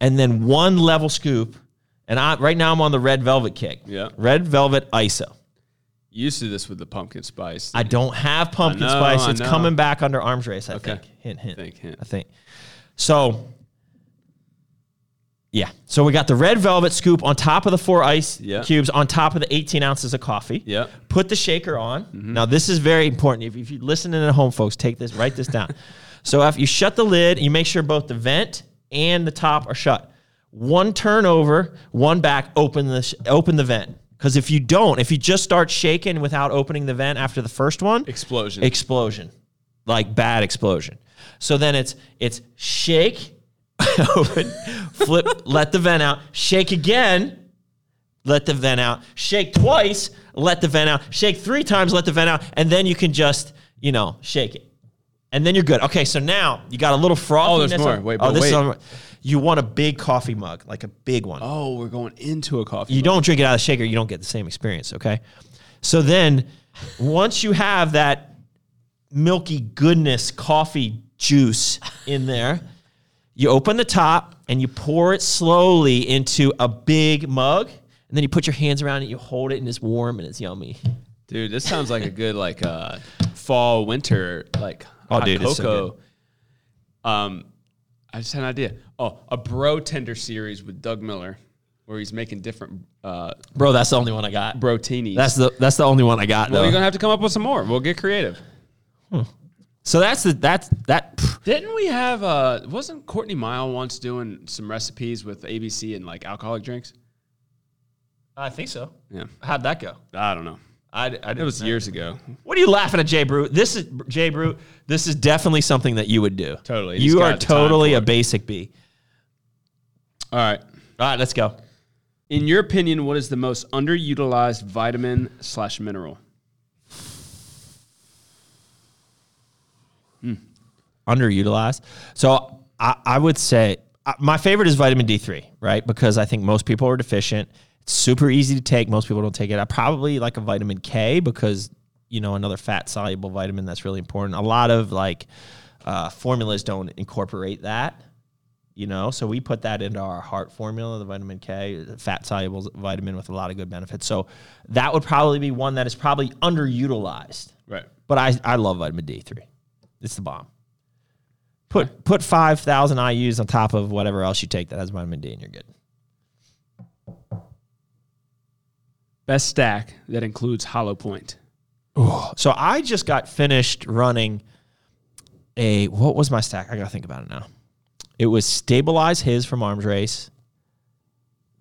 Speaker 1: and then one level scoop. And I right now I'm on the red velvet kick.
Speaker 3: Yeah.
Speaker 1: Red velvet ISO.
Speaker 3: You used to do this with the pumpkin spice.
Speaker 1: I don't have pumpkin
Speaker 3: I know,
Speaker 1: spice.
Speaker 3: I
Speaker 1: It's
Speaker 3: know.
Speaker 1: coming back under arms race, I
Speaker 3: Okay.
Speaker 1: think. Hint, hint.
Speaker 3: Think, hint.
Speaker 1: I think. So, yeah. So we got the red velvet scoop on top of the four ice
Speaker 3: Yeah.
Speaker 1: cubes, on top of the 18 ounces of coffee.
Speaker 3: Yeah.
Speaker 1: Put the shaker on. Now, this is very important. If, if you're listening at home, folks, take this, write this down. so, if you shut the lid, you make sure both the vent and the top are shut. One turn over, one back, open the, sh- open the vent. Because if you don't, if you just start shaking without opening the vent after the first one,
Speaker 3: Explosion.
Speaker 1: explosion like bad explosion so then it's it's shake open flip let the vent out shake again let the vent out shake twice let the vent out shake three times let the vent out and then you can just you know shake it and then you're good okay so now you got a little frothiness
Speaker 3: Oh, there's more.
Speaker 1: on-
Speaker 3: Wait,
Speaker 1: oh
Speaker 3: but
Speaker 1: this is
Speaker 3: wait.
Speaker 1: on- you want a big coffee mug like a big one
Speaker 3: oh, we're going into a coffee.
Speaker 1: you don't drink it out of the shaker, you don't get the same experience. Okay. So then once you have that milky goodness coffee juice in there, you open the top and you pour it slowly into a big mug. And then you put your hands around it, you hold it, and it's warm and it's yummy.
Speaker 4: dude, this sounds like a good like. uh
Speaker 3: fall, winter, like
Speaker 1: Oh,
Speaker 3: hot
Speaker 1: dude,
Speaker 3: cocoa.
Speaker 1: it's so
Speaker 3: um, I just had an idea. Oh, a bro tender series with Doug Miller, where he's making different uh,
Speaker 1: Bro, that's the only one I got. Bro.
Speaker 3: brotinis.
Speaker 1: That's the that's the only one I got
Speaker 3: well,
Speaker 1: though.
Speaker 3: you're gonna have to come up with some more. We'll get creative.
Speaker 1: so that's the that's that pff,
Speaker 3: Didn't we have? Uh, wasn't Courtney Mile once doing some recipes with ABC and like alcoholic drinks?
Speaker 1: I think so.
Speaker 3: Yeah,
Speaker 1: How'd that go?
Speaker 3: I don't know.
Speaker 1: I, I didn't
Speaker 3: It was years ago.
Speaker 1: What are you laughing at, Jay Brew? This is Jay Brew. This is definitely something that you would do.
Speaker 3: Totally. He's
Speaker 1: You
Speaker 3: got
Speaker 1: are
Speaker 3: the time
Speaker 1: totally
Speaker 3: for
Speaker 1: a
Speaker 3: it.
Speaker 1: basic B.
Speaker 3: All right.
Speaker 1: All right, let's go.
Speaker 3: In your opinion, what is the most underutilized vitamin slash mineral?
Speaker 1: Underutilized. So I, I would say I, my favorite is vitamin D3, right? Because I think most people are deficient. It's super easy to take. Most people don't take it. I probably like a vitamin K because, you know, another fat soluble vitamin that's really important. A lot of like uh, formulas don't incorporate that. you know so we put that into our heart formula the vitamin k fat soluble vitamin with a lot of good benefits so that would probably be one that is probably underutilized
Speaker 3: Right.
Speaker 1: but i, I love vitamin d3 it's the bomb put put 5000 ius on top of whatever else you take that has vitamin d and you're good
Speaker 3: Best stack that includes Hollow Point.
Speaker 1: so i just got finished running a what was my stack i gotta think about it now it was stabilize his from arms race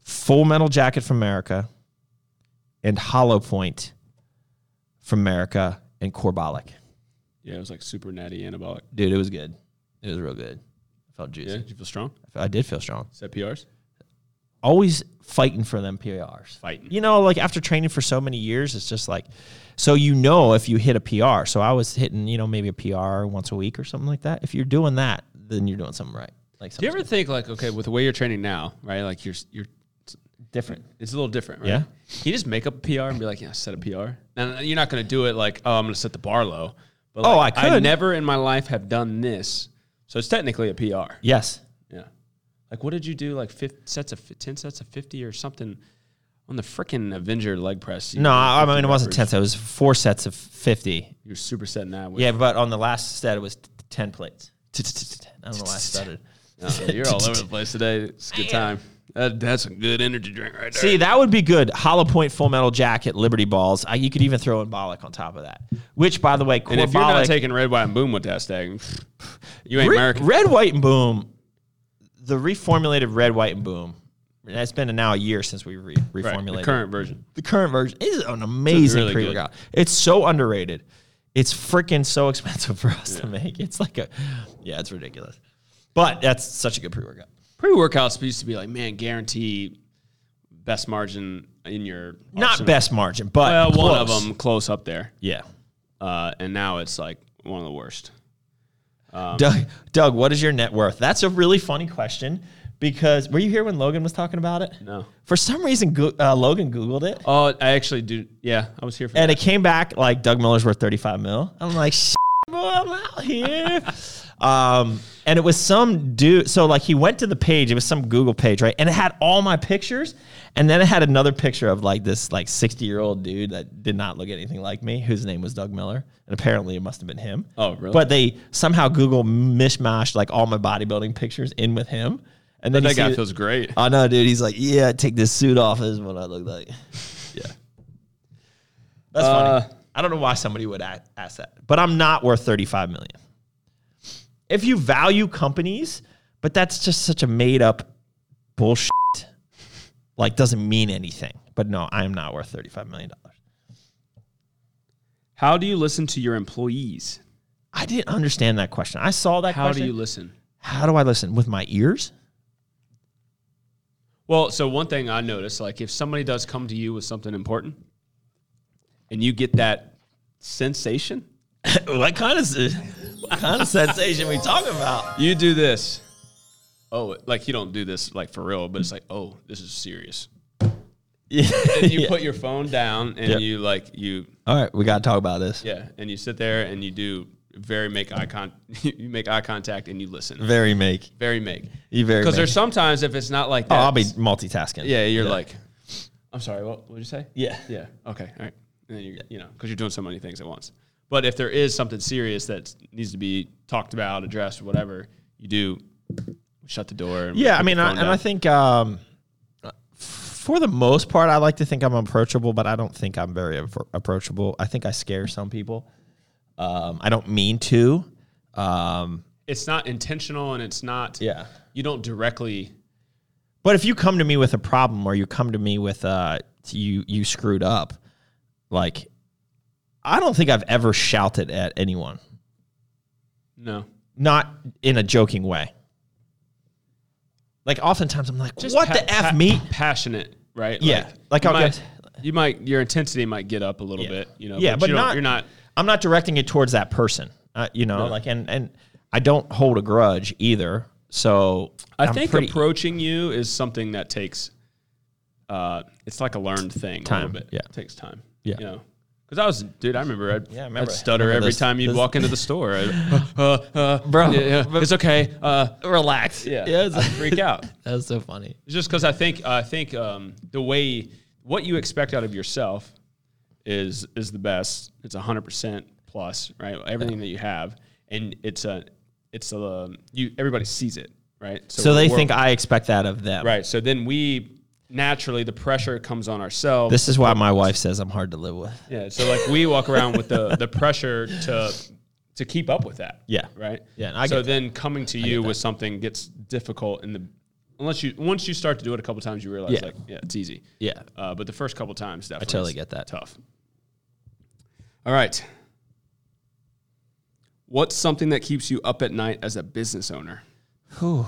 Speaker 1: full metal jacket from america and hollow point from america and corbolic
Speaker 3: Yeah, it was like super natty anabolic.
Speaker 1: dude it was good it was real good i felt juicy
Speaker 3: did you feel strong?
Speaker 1: i did feel strong
Speaker 3: Set PRs?
Speaker 1: always fighting for them PRs.
Speaker 3: Fighting.
Speaker 1: You know, like after training for so many years, it's just like, so you know if you hit a PR. So I was hitting, you know, maybe a PR once a week or something like that. If you're doing that, then you're doing something right. Like
Speaker 3: Do
Speaker 1: something
Speaker 3: you ever think like, okay, with the way you're training now, right? Like you're you're
Speaker 1: different.
Speaker 3: it's a little different, right?
Speaker 1: Yeah.
Speaker 3: Can you just make up a PR and be like, yeah, set a PR? And you're not gonna do it like, oh, I'm gonna set the bar low. But
Speaker 1: Oh,
Speaker 3: like,
Speaker 1: I could.
Speaker 3: never in my life have done this. So it's technically a PR.
Speaker 1: Yes.
Speaker 3: Yeah. Like what did you do? Like fifth sets of fif- ten sets of fifty or something on the freaking Avenger leg press. you
Speaker 1: No,
Speaker 3: were
Speaker 1: I I mean it
Speaker 3: fifty
Speaker 1: wasn't
Speaker 3: reps.
Speaker 1: ten. It was four sets of fifty.
Speaker 3: You're super setting that. With,
Speaker 1: Yeah, but on the last set it was t- ten plates. I don't know why I stuttered.
Speaker 3: No, you're all over the place today. It's a good time. That, that's a good energy drink right there.
Speaker 1: See, that would be good. Hollow Point Full Metal Jacket Liberty Balls. I, you could even throw in Bollock on top of that. Which, by the way,
Speaker 3: and if you're not
Speaker 1: Korbalik-
Speaker 3: taking red, white, and boom with that stag, you ain't
Speaker 1: Re-
Speaker 3: American.
Speaker 1: Red, White, and Boom, the reformulated Red, White, and Boom. That's been now a year since we re-
Speaker 3: Right,
Speaker 1: reformulated.
Speaker 3: the current version.
Speaker 1: the current version is an amazing
Speaker 3: really good.
Speaker 1: pre-workout. It's so underrated. It's freaking so expensive for us to make. It's like a, yeah, it's ridiculous. But that's such a good pre-workout.
Speaker 3: Pre workouts used to be like, man, guarantee best margin in your
Speaker 1: Not
Speaker 3: arsenal.
Speaker 1: best margin, but
Speaker 3: Well, one of
Speaker 1: close.
Speaker 3: them close up there,
Speaker 1: Yeah.
Speaker 3: uh, and now it's like one of the worst. Um,
Speaker 1: Doug, Doug, what is your net worth? That's a really funny question because were you here when Logan was talking about it?
Speaker 3: No.
Speaker 1: For some reason, Go- uh, Logan Googled it.
Speaker 3: Oh, I actually do. Yeah, I was here for
Speaker 1: And
Speaker 3: that.
Speaker 1: it came back like Doug Miller's worth 35 mil. I'm like, "Shit, boy, I'm out here. um, and it was some dude. So like he went to the page. It was some Google page, right? And it had all my pictures. And then it had another picture of like this like 60 year old dude that did not look anything like me, whose name was Doug Miller. And apparently it must have been him.
Speaker 3: Oh, really?
Speaker 1: But they somehow Google mishmashed like all my bodybuilding pictures in with him. And then
Speaker 3: That
Speaker 1: you
Speaker 3: guy
Speaker 1: see-
Speaker 3: feels great.
Speaker 1: I know, dude. He's like, yeah, take this suit off. This is what I look like. Yeah. That's
Speaker 3: Uh,
Speaker 1: funny. I don't know why somebody would a- ask that, but I'm not worth 35 million. If you value companies, but that's just such a made up bullshit, like doesn't mean anything. But no, I am not worth 35 million dollars.
Speaker 3: How do you listen to your employees?
Speaker 1: I didn't understand that question. I saw that
Speaker 3: How
Speaker 1: question.
Speaker 3: do you listen?
Speaker 1: How do I listen with my ears?
Speaker 3: Well, so one thing I noticed, like if somebody does come to you with something important, and you get that sensation,
Speaker 1: what kind of what kind of sensation we talking about?
Speaker 3: you do this. Oh, like you don't do this like for real, but it's like, oh, this is serious. And you put your phone down and
Speaker 1: Yep.
Speaker 3: you like you
Speaker 1: All right, we gotta talk about this.
Speaker 3: yeah, and you sit there and you do very make eye con you make eye contact and you listen.
Speaker 1: Very make.
Speaker 3: Very make.
Speaker 1: You very
Speaker 3: Because
Speaker 1: make.
Speaker 3: there's sometimes if it's not like
Speaker 1: Oh,
Speaker 3: that.
Speaker 1: I'll be multitasking.
Speaker 3: Yeah, you're like I'm sorry, what would you say?
Speaker 1: Yeah.
Speaker 3: Yeah. Okay. All right. And then you you know, because you're doing so many things at once. But if there is something serious that needs to be talked about, addressed, whatever, you do shut the door. And
Speaker 1: Yeah, I
Speaker 3: put
Speaker 1: mean,
Speaker 3: your
Speaker 1: I,
Speaker 3: phone
Speaker 1: and I
Speaker 3: down.
Speaker 1: think um, for the most part, I like to think I'm approachable, but I don't think I'm very appro- approachable. I think I scare some people. Um, I don't mean to. Um,
Speaker 3: it's not intentional and it's not.
Speaker 1: Yeah.
Speaker 3: You don't directly.
Speaker 1: but if you come to me with a problem or you come to me with uh, you you screwed up, like I don't think I've ever shouted at anyone,
Speaker 3: No.
Speaker 1: not in a joking way. Like oftentimes I'm like,
Speaker 3: Just
Speaker 1: what
Speaker 3: pa-
Speaker 1: the f
Speaker 3: pa-
Speaker 1: meat?
Speaker 3: Passionate, right?
Speaker 1: Yeah, like
Speaker 3: you
Speaker 1: I'll
Speaker 3: might,
Speaker 1: get-
Speaker 3: you might your intensity might get up a little
Speaker 1: Yeah.
Speaker 3: bit, you know.
Speaker 1: Yeah, but
Speaker 3: you don't-
Speaker 1: not-
Speaker 3: you're not.
Speaker 1: I'm not directing it towards that person. Uh, you know, like and and I don't hold a grudge either. So
Speaker 3: I
Speaker 1: I'm
Speaker 3: think
Speaker 1: pretty-
Speaker 3: approaching you is something that takes. Uh, it's like a learned thing. A
Speaker 1: Time,
Speaker 3: little bit.
Speaker 1: yeah.
Speaker 3: It takes time.
Speaker 1: Yeah.
Speaker 3: You know. Because I was, dude, I remember I'd,
Speaker 1: Yeah, I remember-
Speaker 3: I'd stutter
Speaker 1: remember
Speaker 3: every
Speaker 1: this-
Speaker 3: time you'd
Speaker 1: this-
Speaker 3: walk into the store. I'd, uh, uh, uh,
Speaker 1: Bro.
Speaker 3: yeah, yeah, it's okay. Uh,
Speaker 1: relax.
Speaker 3: yeah,
Speaker 1: yeah
Speaker 3: I'd
Speaker 1: it's-
Speaker 3: freak out.
Speaker 1: that was so funny.
Speaker 3: It's just because I think I think um, the way what you expect out of yourself is is the best. It's hundred percent plus, right? Everything that you have, and it's a it's a um, you. Everybody sees it, right?
Speaker 1: So they
Speaker 3: we're-
Speaker 1: think I expect that of them.
Speaker 3: right. So then we naturally the pressure comes on ourselves.
Speaker 1: This is why my wife says I'm hard to live with.
Speaker 3: yeah. So like we walk around with the the pressure to to keep up with that.
Speaker 1: Yeah.
Speaker 3: Right.
Speaker 1: Yeah, and I get
Speaker 3: so
Speaker 1: that.
Speaker 3: then coming to you with something gets difficult in the unless you once you start to do it a couple times you realize
Speaker 1: Yeah.
Speaker 3: like yeah it's easy.
Speaker 1: Yeah.
Speaker 3: Uh, but the first couple times, definitely.
Speaker 1: totally
Speaker 3: it's
Speaker 1: get that.
Speaker 3: Tough. All right. What's something that keeps you up at night as a business owner? Got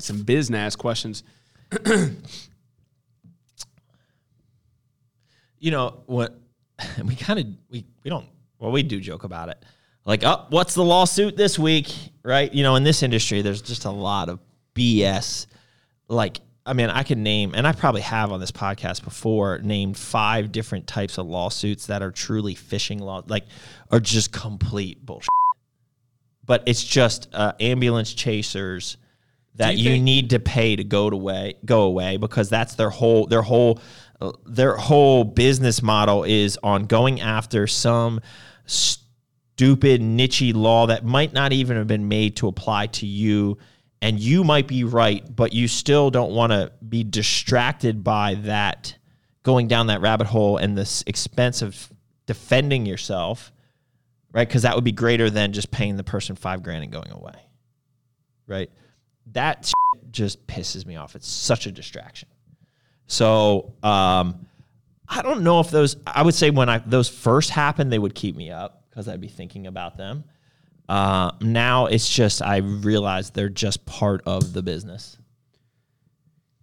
Speaker 3: some business questions.
Speaker 1: You know what? We kind of we we don't well we do joke about it. Like, oh, what's the lawsuit this week? Right? You know, in this industry, there's just a lot of BS. Like, I mean, I can name, and I probably have on this podcast before, named five different types of lawsuits that are truly phishing law, like, are just complete bullshit. But it's just uh, ambulance chasers, that
Speaker 3: you
Speaker 1: you,
Speaker 3: think-
Speaker 1: need to pay to go to way go away because that's their whole their whole uh, their whole business model is on going after some stupid nichey law that might not even have been made to apply to you and you might be right but you still don't want to be distracted by that going down that rabbit hole and this expense of defending yourself right? Because that would be greater than just paying the person five grand and going away, right? That shit just pisses me off. It's such a distraction. So um, I don't know if those. I would say when I those first happened, they would keep me up because I'd be thinking about them. Uh, now it's just I realize they're just part of the business.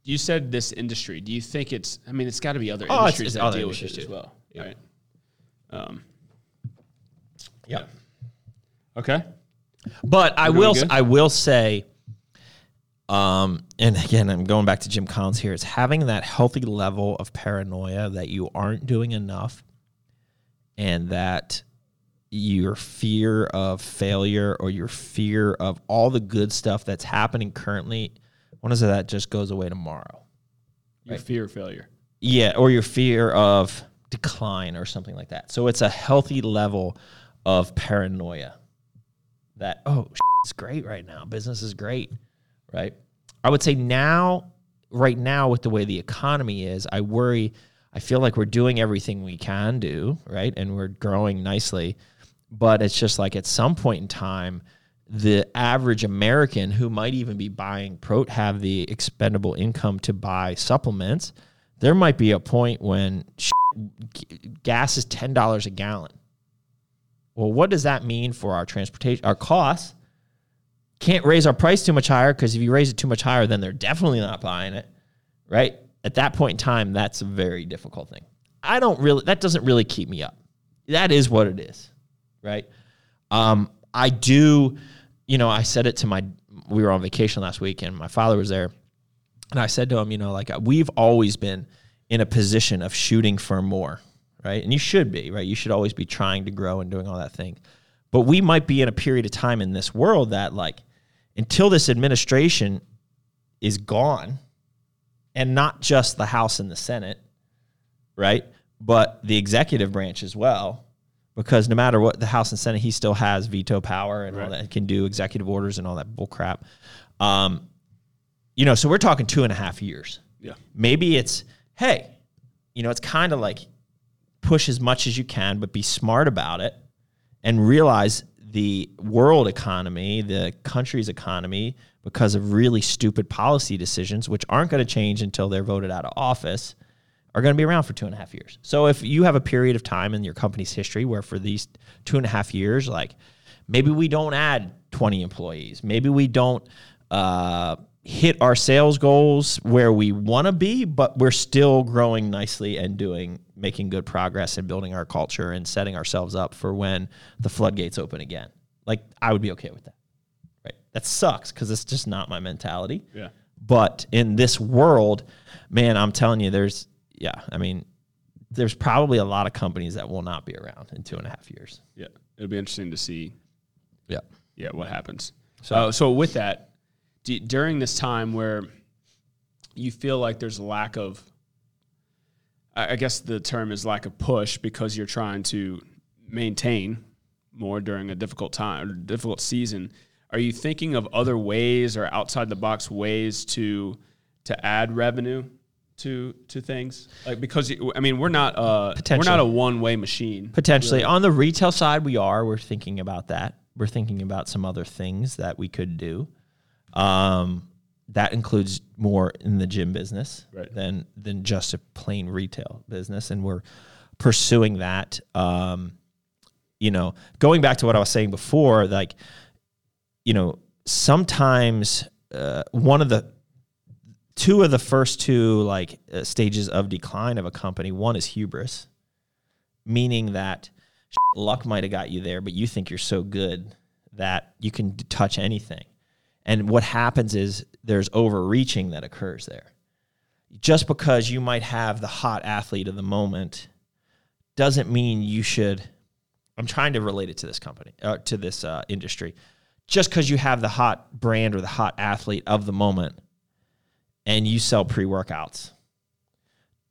Speaker 3: You said this industry. Do you think it's? I mean, it's got to be other
Speaker 1: Oh, it's-
Speaker 3: industries
Speaker 1: it's
Speaker 3: that
Speaker 1: other
Speaker 3: deal
Speaker 1: industries
Speaker 3: with it as
Speaker 1: too.
Speaker 3: well, right? Um,
Speaker 1: Yeah.
Speaker 3: okay.
Speaker 1: But I
Speaker 3: doing
Speaker 1: will
Speaker 3: good.
Speaker 1: I will say um and again I'm going back to Jim Collins here. It's having that healthy level of paranoia that you aren't doing enough and that your fear of failure or your fear of all the good stuff that's happening currently, when is it that just goes away tomorrow?
Speaker 3: Your fear of failure.
Speaker 1: Yeah, or your fear of decline or something like that. So it's a healthy level of paranoia that, oh, it's great right now. Business is great, right? I would say now, right now, with the way the economy is, I worry, I feel like we're doing everything we can do, right? And we're growing nicely. But it's just like at some point in time, the average American who might even be buying pro have the expendable income to buy supplements, there might be a point when g- gas is ten dollars a gallon. Well, what does that mean for our transportation, our costs? Can't raise our price too much higher because if you raise it too much higher, then they're definitely not buying it, right? At that point in time, that's a very difficult thing. I don't really, that doesn't really keep me up. That is what it is, right? Um, I do, you know, I said it to my, we were on vacation last week and my father was there. And I said to him, you know, like we've always been in a position of shooting for more, right? And you should be, right? You should always be trying to grow and doing all that thing. But we might be in a period of time in this world that, like, until this administration is gone, and not just the House and the Senate, right? But the executive branch as well, because no matter what the House and Senate, he still has veto power and all that, can do executive orders and all that bull crap. Um, you know, so we're talking two and a half years.
Speaker 3: Yeah.
Speaker 1: Maybe it's, hey, you know, it's kind of like push as much as you can, but be smart about it and realize the world economy, the country's economy, because of really stupid policy decisions, which aren't going to change until they're voted out of office, are going to be around for two and a half years. So if you have a period of time in your company's history where for these two and a half years, like maybe we don't add 20 employees, maybe we don't uh, hit our sales goals where we want to be, but we're still growing nicely and doing making good progress and building our culture and setting ourselves up for when the floodgates open again. Like I would be okay with that. Right. That sucks because it's just not my mentality.
Speaker 3: Yeah.
Speaker 1: But in this world, man, I'm telling you, there's yeah, I mean, there's probably a lot of companies that will not be around in two and a half years.
Speaker 3: Yeah. It'll be interesting to see.
Speaker 1: Yeah.
Speaker 3: Yeah, what happens? So, uh, so with that, d during this time where you feel like there's a lack of, I, I guess the term is lack of push because you're trying to maintain more during a difficult time, or difficult season. Are you thinking of other ways or outside the box ways to to add revenue to to things? Like because you- I mean we're not uh we're
Speaker 1: Potentially.
Speaker 3: not a one way machine.
Speaker 1: Potentially on the retail side, we are. We're thinking about that. We're thinking about some other things that we could do. Um, that includes more in the gym business
Speaker 3: Right.
Speaker 1: than than just a plain retail business, and we're pursuing that. Um, you know, going back to what I was saying before, like, you know, sometimes uh, one of the two of the first two like uh, stages of decline of a company, one is hubris, meaning that luck might have got you there, but you think you're so good that you can d- touch anything. And what happens is there's overreaching that occurs there. Just because you might have the hot athlete of the moment doesn't mean you should. I'm trying to relate it to this company, uh, to this uh, industry. just because you have the hot brand or the hot athlete of the moment and you sell pre workouts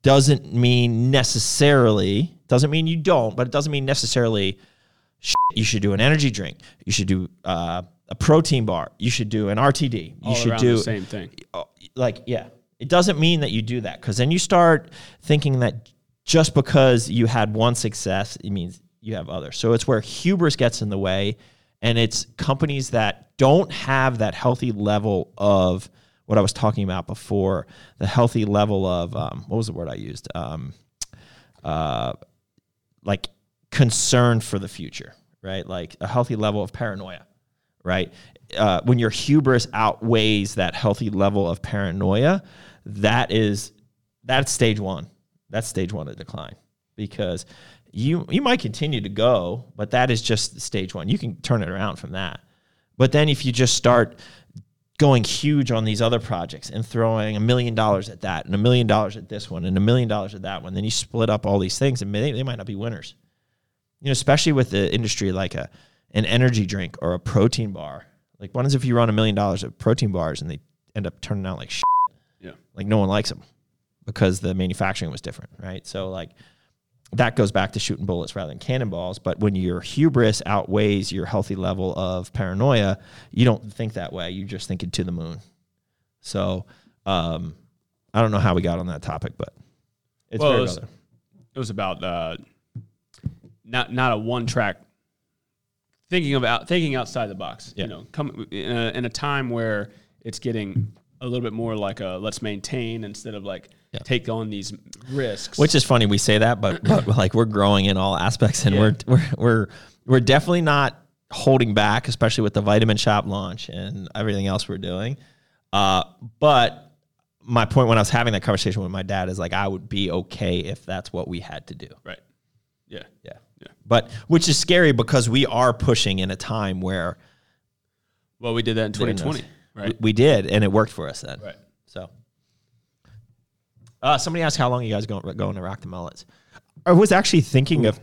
Speaker 1: doesn't mean necessarily, doesn't mean you don't, but it doesn't mean necessarily shit, you should do an energy drink. You should do uh, a protein bar. You should do an RTD. You
Speaker 3: All
Speaker 1: should
Speaker 3: around
Speaker 1: do
Speaker 3: the same thing.
Speaker 1: oh, like yeah it doesn't mean that you do that because then you start thinking that just because you had one success it means you have others so it's where hubris gets in the way and it's companies that don't have that healthy level of what i was talking about before the healthy level of um, what was the word i used um, uh, like concern for the future, right? Like a healthy level of paranoia, right? Uh, when your hubris outweighs that healthy level of paranoia, that is that's stage one. That's stage one of decline because you you might continue to go, but that is just stage one. You can turn it around from that. But then if you just start going huge on these other projects and throwing a million dollars at that and a million dollars at this one and a million dollars at that one, then you split up all these things and they, they might not be winners. You know, especially with the industry like a an energy drink or a protein bar. Like what is if you run a million dollars of protein bars and they end up turning out like shit?
Speaker 3: Yeah.
Speaker 1: Like no one likes them because the manufacturing was different, right? So like that goes back to shooting bullets rather than cannonballs. But when your hubris outweighs your healthy level of paranoia, you don't think that way. You're just thinking to the moon. So um, I don't know how we got on that topic, but it's
Speaker 3: Well,
Speaker 1: very
Speaker 3: it was-
Speaker 1: relevant.
Speaker 3: it was about uh, not not a one track thinking about thinking outside the box.
Speaker 1: Yeah.
Speaker 3: You know, come in a, in a time where it's getting a little bit more like a let's maintain instead of like
Speaker 1: Yeah.
Speaker 3: take on these risks.
Speaker 1: Which is funny we say that, but, but like we're growing in all aspects, and
Speaker 3: Yeah.
Speaker 1: we're, we're we're we're definitely not holding back, especially with the vitamin shop launch and everything else we're doing. Uh, but my point when I was having that conversation with my dad is like I would be okay if that's what we had to do.
Speaker 3: right? Yeah,
Speaker 1: Yeah. But which is scary because we are pushing in a time where
Speaker 3: Well, we did that in
Speaker 1: They didn't
Speaker 3: 2020,
Speaker 1: we-
Speaker 3: right?
Speaker 1: we did and it worked for us then.
Speaker 3: Right.
Speaker 1: So uh, somebody asked how long you guys going going to rock the mullets. I was actually thinking of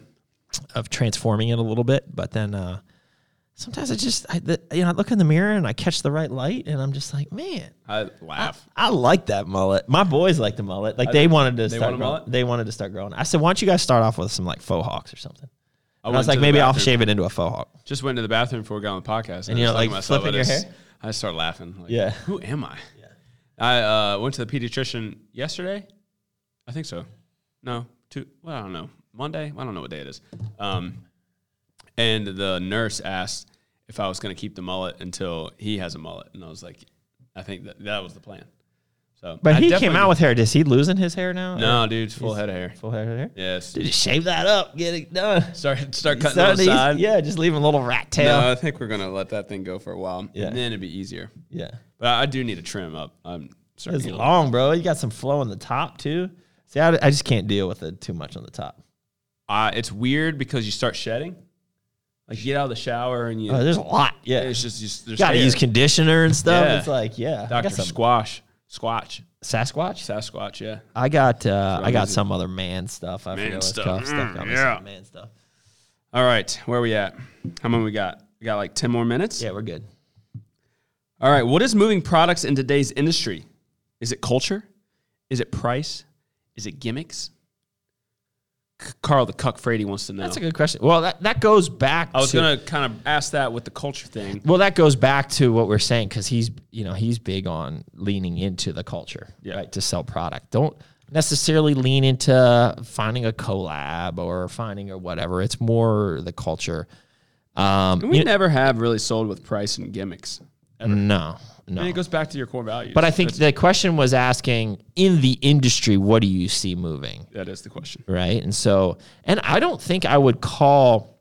Speaker 1: of transforming it a little bit, but then uh, sometimes I just I, the, you know I look in the mirror and I catch the right light and I'm just like, man,
Speaker 3: I laugh.
Speaker 1: I like that mullet. My boys like the mullet. Like they wanted to
Speaker 3: they
Speaker 1: start
Speaker 3: want a
Speaker 1: growing.
Speaker 3: mullet?
Speaker 1: They wanted to start growing. I said, why don't you guys start off with some like faux hawks or something? And I
Speaker 3: went
Speaker 1: was like,
Speaker 3: to the
Speaker 1: maybe I'll
Speaker 3: bathroom.
Speaker 1: shave it into a faux hawk.
Speaker 3: Just went to the bathroom before we got on the podcast,
Speaker 1: And
Speaker 3: I
Speaker 1: you're,
Speaker 3: was talking
Speaker 1: like,
Speaker 3: to myself,
Speaker 1: flipping
Speaker 3: I
Speaker 1: your
Speaker 3: just-
Speaker 1: hair?
Speaker 3: I just start laughing. Like,
Speaker 1: Yeah.
Speaker 3: Who am I? I uh, went to the pediatrician yesterday. I think so. No, two. Well, I don't know. Monday. I don't know what day it is. Um, and the nurse asked if I was going to keep the mullet until he has a mullet, and I was like, I think that that was the plan. So,
Speaker 1: But
Speaker 3: I
Speaker 1: he came
Speaker 3: definitely-
Speaker 1: out with hair. Is he losing his hair now?
Speaker 3: no, dude, it's full head of hair.
Speaker 1: Full hair hair?
Speaker 3: Yes.
Speaker 1: Dude, just shave that up. Get it done.
Speaker 3: Start start cutting
Speaker 1: Start
Speaker 3: on the
Speaker 1: these-
Speaker 3: side.
Speaker 1: Yeah, just leave him a little rat tail.
Speaker 3: No, I think we're gonna let that thing go for a while.
Speaker 1: Yeah.
Speaker 3: And then it'd be easier.
Speaker 1: Yeah.
Speaker 3: But I I do need to trim up. I'm starting
Speaker 1: It's
Speaker 3: to get a
Speaker 1: long, bro. You got some flow on the top, too. See, I, I just can't deal with it too much on the top.
Speaker 3: uh, it's weird because you start shedding. Like you get out of the shower and you,
Speaker 1: Oh, there's a lot. Yeah.
Speaker 3: it's just, just there's
Speaker 1: got to
Speaker 3: hair.
Speaker 1: use conditioner and stuff.
Speaker 3: Yeah.
Speaker 1: It's like, yeah. I
Speaker 3: Doctor
Speaker 1: got some
Speaker 3: Squash, Squatch,
Speaker 1: Sasquatch.
Speaker 3: Sasquatch. Yeah,
Speaker 1: I got uh, I got some other man stuff. I
Speaker 3: Man
Speaker 1: forget
Speaker 3: stuff.
Speaker 1: What it's called. stuff.
Speaker 3: Mm,
Speaker 1: got me
Speaker 3: yeah.
Speaker 1: some Man stuff.
Speaker 3: All right, where we at? How many we got? We got like ten more minutes.
Speaker 1: Yeah, we're good.
Speaker 3: All right, what is moving products in today's industry? Is it culture? Is it price? Is it gimmicks? C- Carl the Cuck Frady wants to know.
Speaker 1: That's a good question. Well, that, that goes back
Speaker 3: I was
Speaker 1: to
Speaker 3: gonna kind of ask that with the culture thing.
Speaker 1: Well, that goes back to what we're saying because he's, you know, he's big on leaning into the culture,
Speaker 3: Yeah.
Speaker 1: right? To sell product, don't necessarily lean into finding a collab or finding or whatever. It's more the culture. Um,
Speaker 3: We never have really sold with price and gimmicks.
Speaker 1: no, no.
Speaker 3: And it goes back to your core values.
Speaker 1: but I think the question was asking in the industry, what do you see moving?
Speaker 3: that is the question.
Speaker 1: right? And so, and I don't think I would call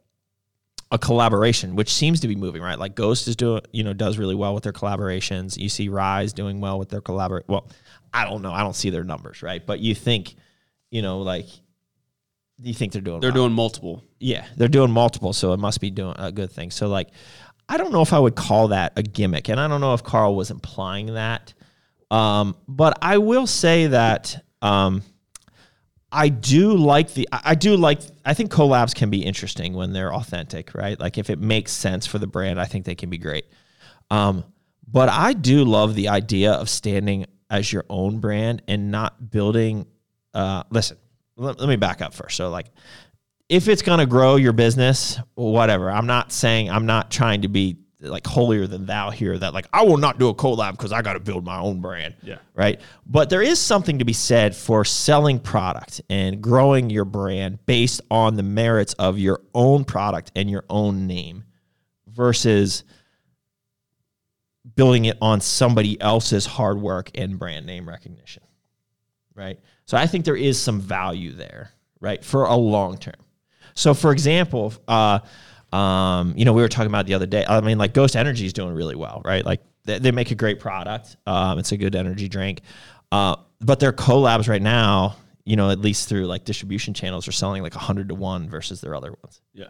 Speaker 1: a collaboration, which seems to be moving, right? Like Ghost is doing, you know, does really well with their collaborations. You see Rise doing well with their collabor. Well, I don't know. I don't see their numbers, right? But you think, you know, like you think they're doing
Speaker 3: They're
Speaker 1: well.
Speaker 3: doing multiple.
Speaker 1: Yeah, they're doing multiple, so it must be doing a good thing. So like, I don't know if I would call that a gimmick, and I don't know if Carl was implying that. Um, but I will say that um, I do like the I I do like I think collabs can be interesting when they're authentic, right? Like if it makes sense for the brand, I think they can be great. Um, but I do love the idea of standing as your own brand and not building. Uh, listen, let, let me back up first. So, like, if it's going to grow your business, whatever. I'm not saying I'm not trying to be like holier than thou here that like I will not do a collab because I got to build my own brand.
Speaker 3: Yeah.
Speaker 1: Right. But there is something to be said for selling product and growing your brand based on the merits of your own product and your own name versus building it on somebody else's hard work and brand name recognition. Right. So I think there is some value there, right, for a long term. So, for example, uh, um, you know, we were talking about the other day. I mean, like Ghost Energy is doing really well, right? Like they, they make a great product. Um, it's a good energy drink, uh, but their collabs right now, you know, at least through like distribution channels, are selling like hundred to one versus their other ones.
Speaker 3: Yeah.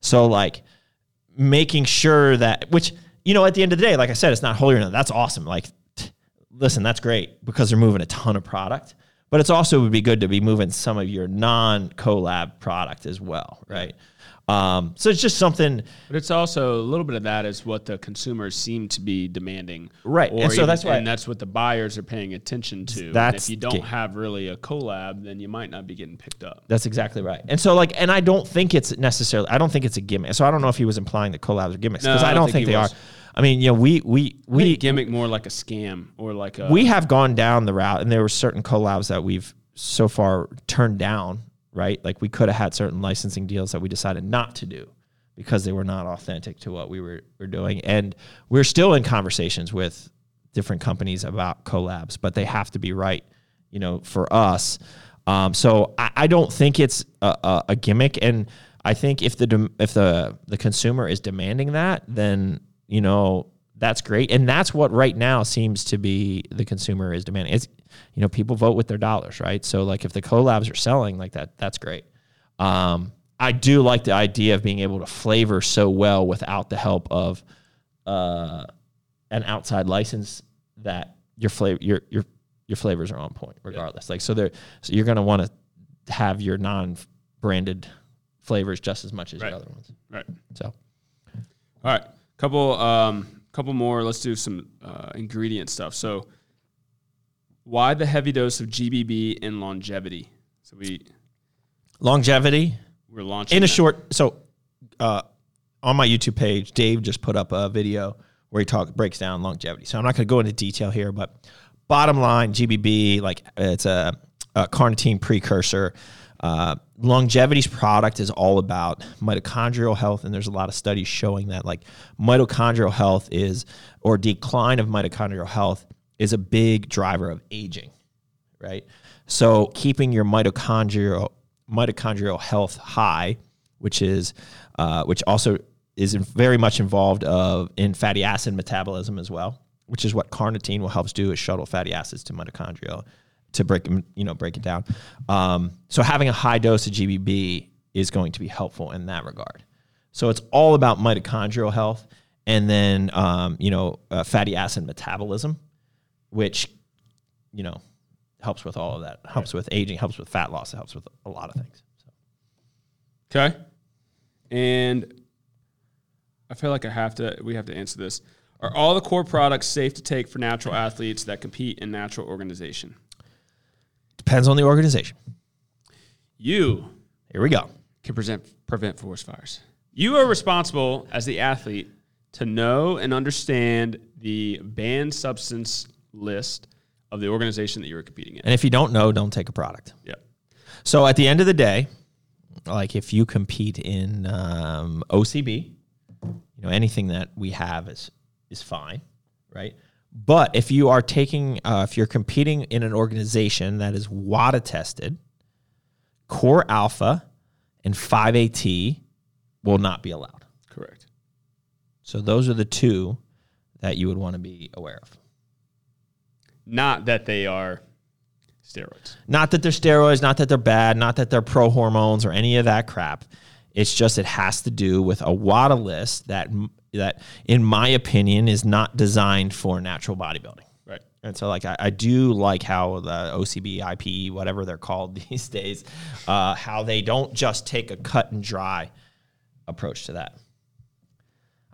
Speaker 1: So like making sure that which you know at the end of the day, like I said, it's not holy or not. That's awesome. Like, t- listen, that's great because they're moving a ton of product. But it's also would be good to be moving some of your non collab product as well, right? Um, so it's just something,
Speaker 3: But it's also a little bit of that is what the consumers seem to be demanding,
Speaker 1: Right, and so that's why-
Speaker 3: and that's what the buyers are paying attention to. And
Speaker 1: That's
Speaker 3: if you
Speaker 1: ga-
Speaker 3: don't have really a collab, then you might not be getting picked up.
Speaker 1: That's exactly right. And so, like, and I don't think it's necessarily. I don't think it's a gimmick. So I don't know if he was implying that collabs are gimmicks
Speaker 3: No,
Speaker 1: because I, don't think,
Speaker 3: he
Speaker 1: they
Speaker 3: was.
Speaker 1: are. I mean, you know, we we
Speaker 3: We
Speaker 1: we
Speaker 3: gimmick more like a scam or like uh, a
Speaker 1: we have gone down the route, and there were certain collabs that we've so far turned down. Right, like we could have had certain licensing deals that we decided not to do because they were not authentic to what we were, were doing, and we're still in conversations with different companies about collabs, but they have to be right, you know, for us. Um, so I, I don't think it's a, a, a gimmick, and I think if the dem- if the the consumer is demanding that, then you know that's great, and that's what right now seems to be the consumer is demanding. It's you know people vote with their dollars, right? So like if the collabs are selling like that, that's great. Um, I do like the idea of being able to flavor so well without the help of uh, an outside license that your flavor your your your flavors are on point regardless. Like so there so you're gonna want to have your non branded flavors just as much as
Speaker 3: Right.
Speaker 1: your other ones.
Speaker 3: right.
Speaker 1: So
Speaker 3: All right, couple um, couple more. Let's do some uh, ingredient stuff. So, why the heavy dose of GBB in longevity? So we
Speaker 1: longevity
Speaker 3: we're launching
Speaker 1: in a
Speaker 3: that.
Speaker 1: short so uh, on my YouTube page, Dave just put up a video where he talk breaks down longevity. So I'm not gonna go into detail here, but bottom line, GBB like it's a, a carnitine precursor. Uh, longevity's product is all about mitochondrial health, and there's a lot of studies showing that like mitochondrial health is or decline of mitochondrial health is a big driver of aging right? So keeping your mitochondrial mitochondrial health high, which is uh, which also is in- very much involved of in fatty acid metabolism as well, which is what carnitine will helps do is shuttle fatty acids to mitochondria to break 'em- you know break it down. Um, so having a high dose of GBB is going to be helpful in that regard. So it's all about mitochondrial health and then um, you know uh, fatty acid metabolism, which you know, helps with all of that. Helps with aging, helps with fat loss, it helps with a lot of things. So.
Speaker 3: Okay. And I feel like I have to we have to answer this. Are all the core products safe to take for natural athletes that compete in natural organization?
Speaker 1: Depends on the organization.
Speaker 3: You
Speaker 1: Here we go.
Speaker 3: can present, prevent forest fires. You are responsible as the athlete to know and understand the banned substance list of the organization that you're competing in.
Speaker 1: And if you don't know, don't take a product.
Speaker 3: Yeah.
Speaker 1: So at the end of the day, like if you compete in um, OCB, you know anything that we have is is fine, right? But if you are taking, uh, if you're competing in an organization that is WADA tested, Core Alpha and 5AT will not be allowed.
Speaker 3: Correct.
Speaker 1: So those are the two that you would want to be aware of.
Speaker 3: Not that they are steroids.
Speaker 1: Not that they're steroids, not that they're bad, not that they're pro hormones or any of that crap. It's just it has to do with a WADA list that that in my opinion is not designed for natural bodybuilding.
Speaker 3: Right.
Speaker 1: And so, like, I, I do like how the OCB, IP, E, whatever they're called these days, uh, how they don't just take a cut and dry approach to that.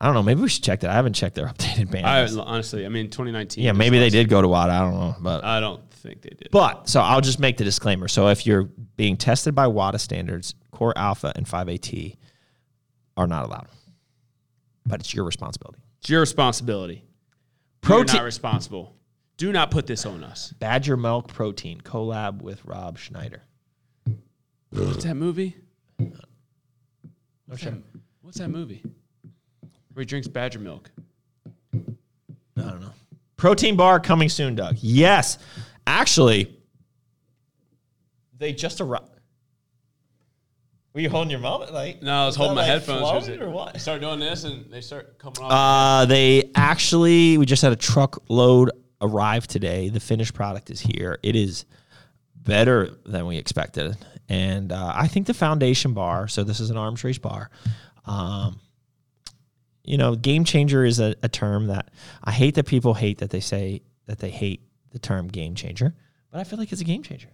Speaker 1: I don't know. Maybe we should check that. I haven't checked their updated band.
Speaker 3: I
Speaker 1: list.
Speaker 3: honestly, I mean, 2019.
Speaker 1: yeah,
Speaker 3: was
Speaker 1: maybe they
Speaker 3: awesome.
Speaker 1: did go to WADA. I don't know, but
Speaker 3: I don't think they did.
Speaker 1: But so I'll just make the disclaimer. So if you're being tested by WADA standards, Core Alpha and 5AT are not allowed. But it's your responsibility.
Speaker 3: it's your responsibility. You're
Speaker 1: Protein
Speaker 3: not responsible. Do not put this on us.
Speaker 1: Badger Milk Protein collab with Rob Schneider.
Speaker 3: What's that movie? What's that, what's that movie? Where he drinks badger milk.
Speaker 1: I don't know. Protein bar coming soon, Doug. Yes. Actually, they just arrived. Were you holding your moment? Like
Speaker 3: No, I was holding
Speaker 1: that,
Speaker 3: my
Speaker 1: like,
Speaker 3: headphones. 'cause
Speaker 1: floated
Speaker 3: it-
Speaker 1: or what?
Speaker 3: I Start doing this, and they start coming off.
Speaker 1: Uh, they actually, we just had a truckload arrive today. The finished product is here. It is better than we expected. And uh, I think the foundation bar, so this is an arms race bar. Um, you know, game changer is a, a term that I hate that people hate that they say that they hate the term game changer, but I feel like it's a game changer.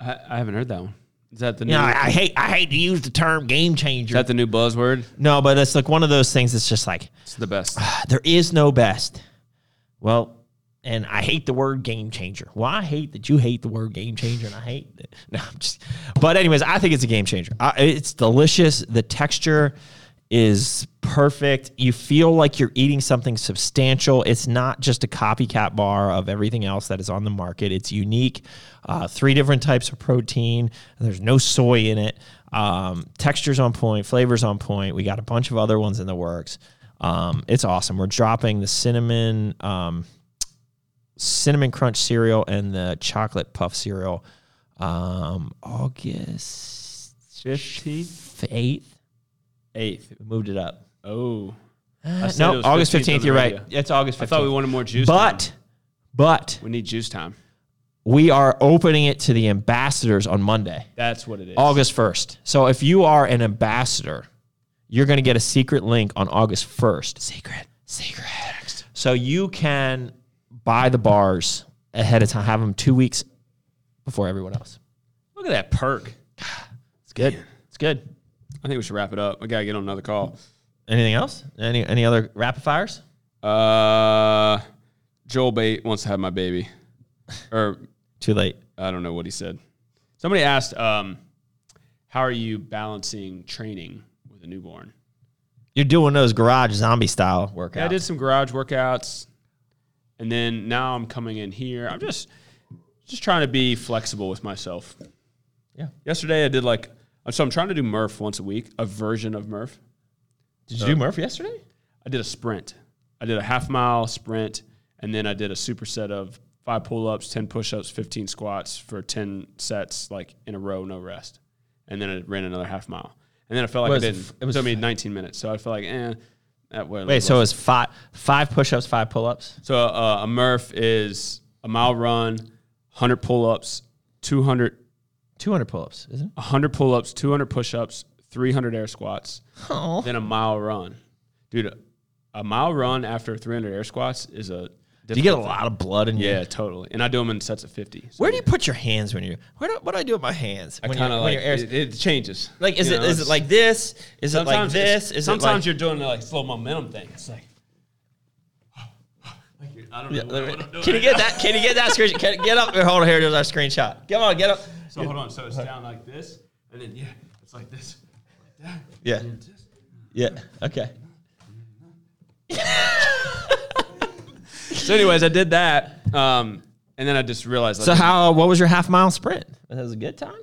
Speaker 3: I, Uh, I haven't heard that one. Is that the new?
Speaker 1: You know, I, I hate I hate to use the term game
Speaker 3: is
Speaker 1: changer.
Speaker 3: that the new buzzword?
Speaker 1: no, but it's like one of those things that's just like
Speaker 3: It's the best.
Speaker 1: there is no best. Well, and I hate the word game changer. Well, I hate that you hate the word game changer, and I hate that. No, I'm just. But anyways, I think it's a game changer. I, it's delicious. The texture is perfect. You feel like you're eating something substantial. It's not just a copycat bar of everything else that is on the market. It's unique. Uh, three different types of protein. There's no soy in it. Um, texture's on point. Flavors on point. We got a bunch of other ones in the works. Um, it's awesome. We're dropping the cinnamon um, cinnamon crunch cereal and the chocolate puff cereal um, August
Speaker 3: Fifteenth,
Speaker 1: eighth.
Speaker 3: eighth.
Speaker 1: We moved it up.
Speaker 3: Oh,
Speaker 1: Uh,
Speaker 3: said it
Speaker 1: no,
Speaker 3: was
Speaker 1: August
Speaker 3: 15th on
Speaker 1: fifteenth.
Speaker 3: the
Speaker 1: You're right.
Speaker 3: radio.
Speaker 1: It's August
Speaker 3: I
Speaker 1: fifteenth.
Speaker 3: thought we wanted more juice. time.
Speaker 1: but but
Speaker 3: we need juice time.
Speaker 1: we are opening it to the ambassadors on Monday.
Speaker 3: That's what it is.
Speaker 1: August 1st. So if you are an ambassador, you're going to get a secret link on August 1st. Secret. Secret. So you can buy the bars ahead of time, have them two weeks before everyone else.
Speaker 3: Look at that perk.
Speaker 1: It's good. It's good.
Speaker 3: I think we should wrap it up. I gotta get on another call.
Speaker 1: Anything else? Any any other rapid fires?
Speaker 3: Uh, Joel Bate wants to have my baby, or
Speaker 1: Too late.
Speaker 3: I don't know what he said. Somebody asked, um, "How are you balancing training with a newborn?"
Speaker 1: You're doing those garage zombie style workouts.
Speaker 3: Yeah, I did some garage workouts, and then now I'm coming in here. I'm just just trying to be flexible with myself.
Speaker 1: Yeah.
Speaker 3: Yesterday I did like so I'm trying to do Murph once a week, a version of Murph.
Speaker 1: Did you do Murph yesterday?
Speaker 3: I did a sprint. I did a half mile sprint, and then I did a superset of five pull ups, 10 push ups, 15 squats for 10 sets, like in a row, no rest. And then I ran another half mile. And then I felt like
Speaker 1: Was
Speaker 3: I
Speaker 1: it
Speaker 3: didn't.
Speaker 1: f-
Speaker 3: It,
Speaker 1: it was
Speaker 3: took me
Speaker 1: f-
Speaker 3: 19 minutes. So I felt like, eh, that way.
Speaker 1: Wait, so it was five five push ups, five pull ups.
Speaker 3: So uh, a Murph is a mile run, 100 pull ups, 200,
Speaker 1: Two hundred pull ups, isn't it?
Speaker 3: 100 pull ups, 200 push ups, 300 air squats,
Speaker 1: Oh.
Speaker 3: then a mile run. Dude, a, a mile run after 300 air squats is a.
Speaker 1: Do you get a lot of blood in your
Speaker 3: Yeah, totally. And I do them in sets of 50. So
Speaker 1: Where do you put your hands when you? Where do, what do I do with my hands?
Speaker 3: I
Speaker 1: When
Speaker 3: kind
Speaker 1: you're-
Speaker 3: of
Speaker 1: when
Speaker 3: like
Speaker 1: you're air-
Speaker 3: it, it changes.
Speaker 1: like is
Speaker 3: You
Speaker 1: it
Speaker 3: know,
Speaker 1: is it
Speaker 3: it's-
Speaker 1: like this? Is it like
Speaker 3: sometimes it's-
Speaker 1: this? Is
Speaker 3: sometimes
Speaker 1: it
Speaker 3: you're doing the like slow momentum thing. It's like, like you're- I don't know
Speaker 1: like,
Speaker 3: what, I'm doing.
Speaker 1: Can you get that? Can you get that screenshot? Can, get up! Hold on, here it is our screenshot. Come on, get up!
Speaker 3: So hold on. So it's down like this, and then yeah, it's like this, like that.
Speaker 1: Yeah, yeah. Okay.
Speaker 3: So, anyways, I did that, um, and then I just realized.
Speaker 1: So
Speaker 3: I,
Speaker 1: how? What was your half mile sprint? That was a good time.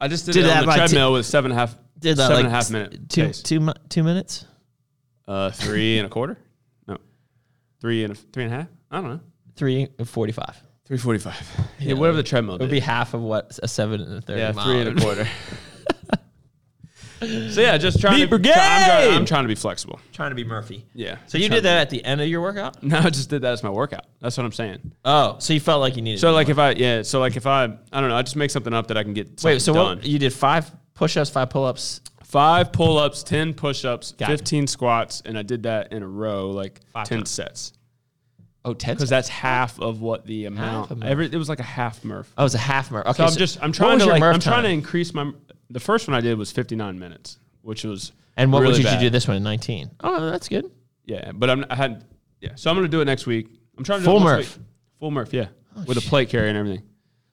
Speaker 3: I just did,
Speaker 1: did
Speaker 3: it
Speaker 1: that
Speaker 3: on the
Speaker 1: like t-
Speaker 3: treadmill with seven and a half,
Speaker 1: Did that
Speaker 3: seven
Speaker 1: like
Speaker 3: and a half
Speaker 1: s-
Speaker 3: minute
Speaker 1: two
Speaker 3: pace.
Speaker 1: two mi- two minutes?
Speaker 3: uh, three and a quarter, no, three and a, three and a half. I don't know,
Speaker 1: Three forty five.
Speaker 3: three forty five. Yeah, whatever the treadmill.
Speaker 1: It would be half of what a seven and a thirty.
Speaker 3: Yeah,
Speaker 1: mile
Speaker 3: three and a quarter. so yeah, just trying
Speaker 1: Meat
Speaker 3: to. I'm, trying,
Speaker 1: brigade!
Speaker 3: I'm trying to be flexible.
Speaker 1: Trying to be Murphy.
Speaker 3: Yeah.
Speaker 1: So you
Speaker 3: Trying
Speaker 1: did that at the end of your workout?
Speaker 3: to- No, I just did that as my workout. That's what I'm saying.
Speaker 1: Oh, so you felt like you needed.
Speaker 3: So like if I yeah, so like if I I don't know, I just make something up that I can get.
Speaker 1: wait, so
Speaker 3: done.
Speaker 1: what? You did five push ups, five pull ups,
Speaker 3: Five pull ups, ten push ups,
Speaker 1: Got it.
Speaker 3: fifteen squats, and I did that in a row, like
Speaker 1: Five
Speaker 3: ten
Speaker 1: times.
Speaker 3: sets.
Speaker 1: Oh, 10
Speaker 3: Because that's half of what the amount.
Speaker 1: a Murph.
Speaker 3: Every it was like a half Murph.
Speaker 1: Oh, it's a half Murph. Okay,
Speaker 3: So I'm
Speaker 1: so
Speaker 3: just I'm
Speaker 1: what
Speaker 3: trying
Speaker 1: was
Speaker 3: to
Speaker 1: your
Speaker 3: like
Speaker 1: Murph
Speaker 3: I'm trying to
Speaker 1: time?
Speaker 3: increase my. The first one I did was 59 minutes, which was
Speaker 1: And what
Speaker 3: really
Speaker 1: did you
Speaker 3: bad.
Speaker 1: do this one in 19? Oh, that's good.
Speaker 3: Yeah, but I'm I had yeah. So I'm gonna do it next week. I'm trying to
Speaker 1: Full
Speaker 3: do it next
Speaker 1: Murph.
Speaker 3: week. Full Murph, yeah, with a plate carry and everything.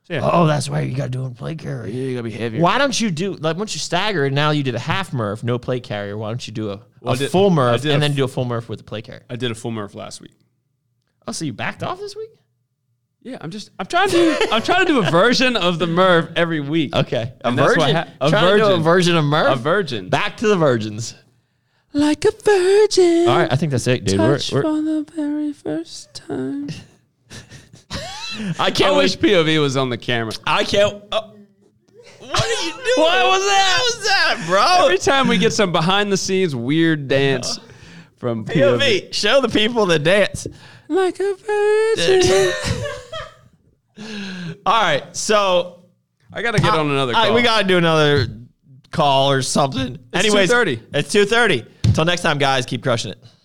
Speaker 3: So yeah,
Speaker 1: Oh, that's right. You got to do it in plate carry.
Speaker 3: you gotta be heavier.
Speaker 1: Why don't you do like once you stagger and now you did a half Murph, no plate carrier? Why don't you do a,
Speaker 3: Well,
Speaker 1: a
Speaker 3: I did-
Speaker 1: full
Speaker 3: I
Speaker 1: Murph
Speaker 3: did a
Speaker 1: and then
Speaker 3: f-
Speaker 1: do a full Murph with a plate carrier?
Speaker 3: I did a full Murph last week.
Speaker 1: Oh, so you backed off this week?
Speaker 3: Yeah, I'm just I'm trying to do, I'm trying to do a version of the Murph every week.
Speaker 1: Okay, a
Speaker 3: And that's
Speaker 1: virgin.
Speaker 3: what ha- a
Speaker 1: Trying to do a
Speaker 3: virgin.
Speaker 1: version of Murph.
Speaker 3: A virgin.
Speaker 1: Back to the virgins.
Speaker 3: Like a virgin.
Speaker 1: All right, I think that's it, dude. We're, we're,
Speaker 3: for the very first time.
Speaker 1: I
Speaker 3: I
Speaker 1: can't
Speaker 3: wish
Speaker 1: wait.
Speaker 3: POV was on the camera.
Speaker 1: I can't. Oh. What are you doing?
Speaker 3: What was that?
Speaker 1: What was that, bro?
Speaker 3: Every time we get some behind the scenes weird dance from POV.
Speaker 1: POV. Show the people the dance.
Speaker 3: Like a virgin.
Speaker 1: All right, so
Speaker 3: I gotta get on another
Speaker 1: all
Speaker 3: call.
Speaker 1: right, we gotta do another call or something. Anyways,
Speaker 3: 2:30.
Speaker 1: It's two thirty. Until next time, guys. Keep crushing it.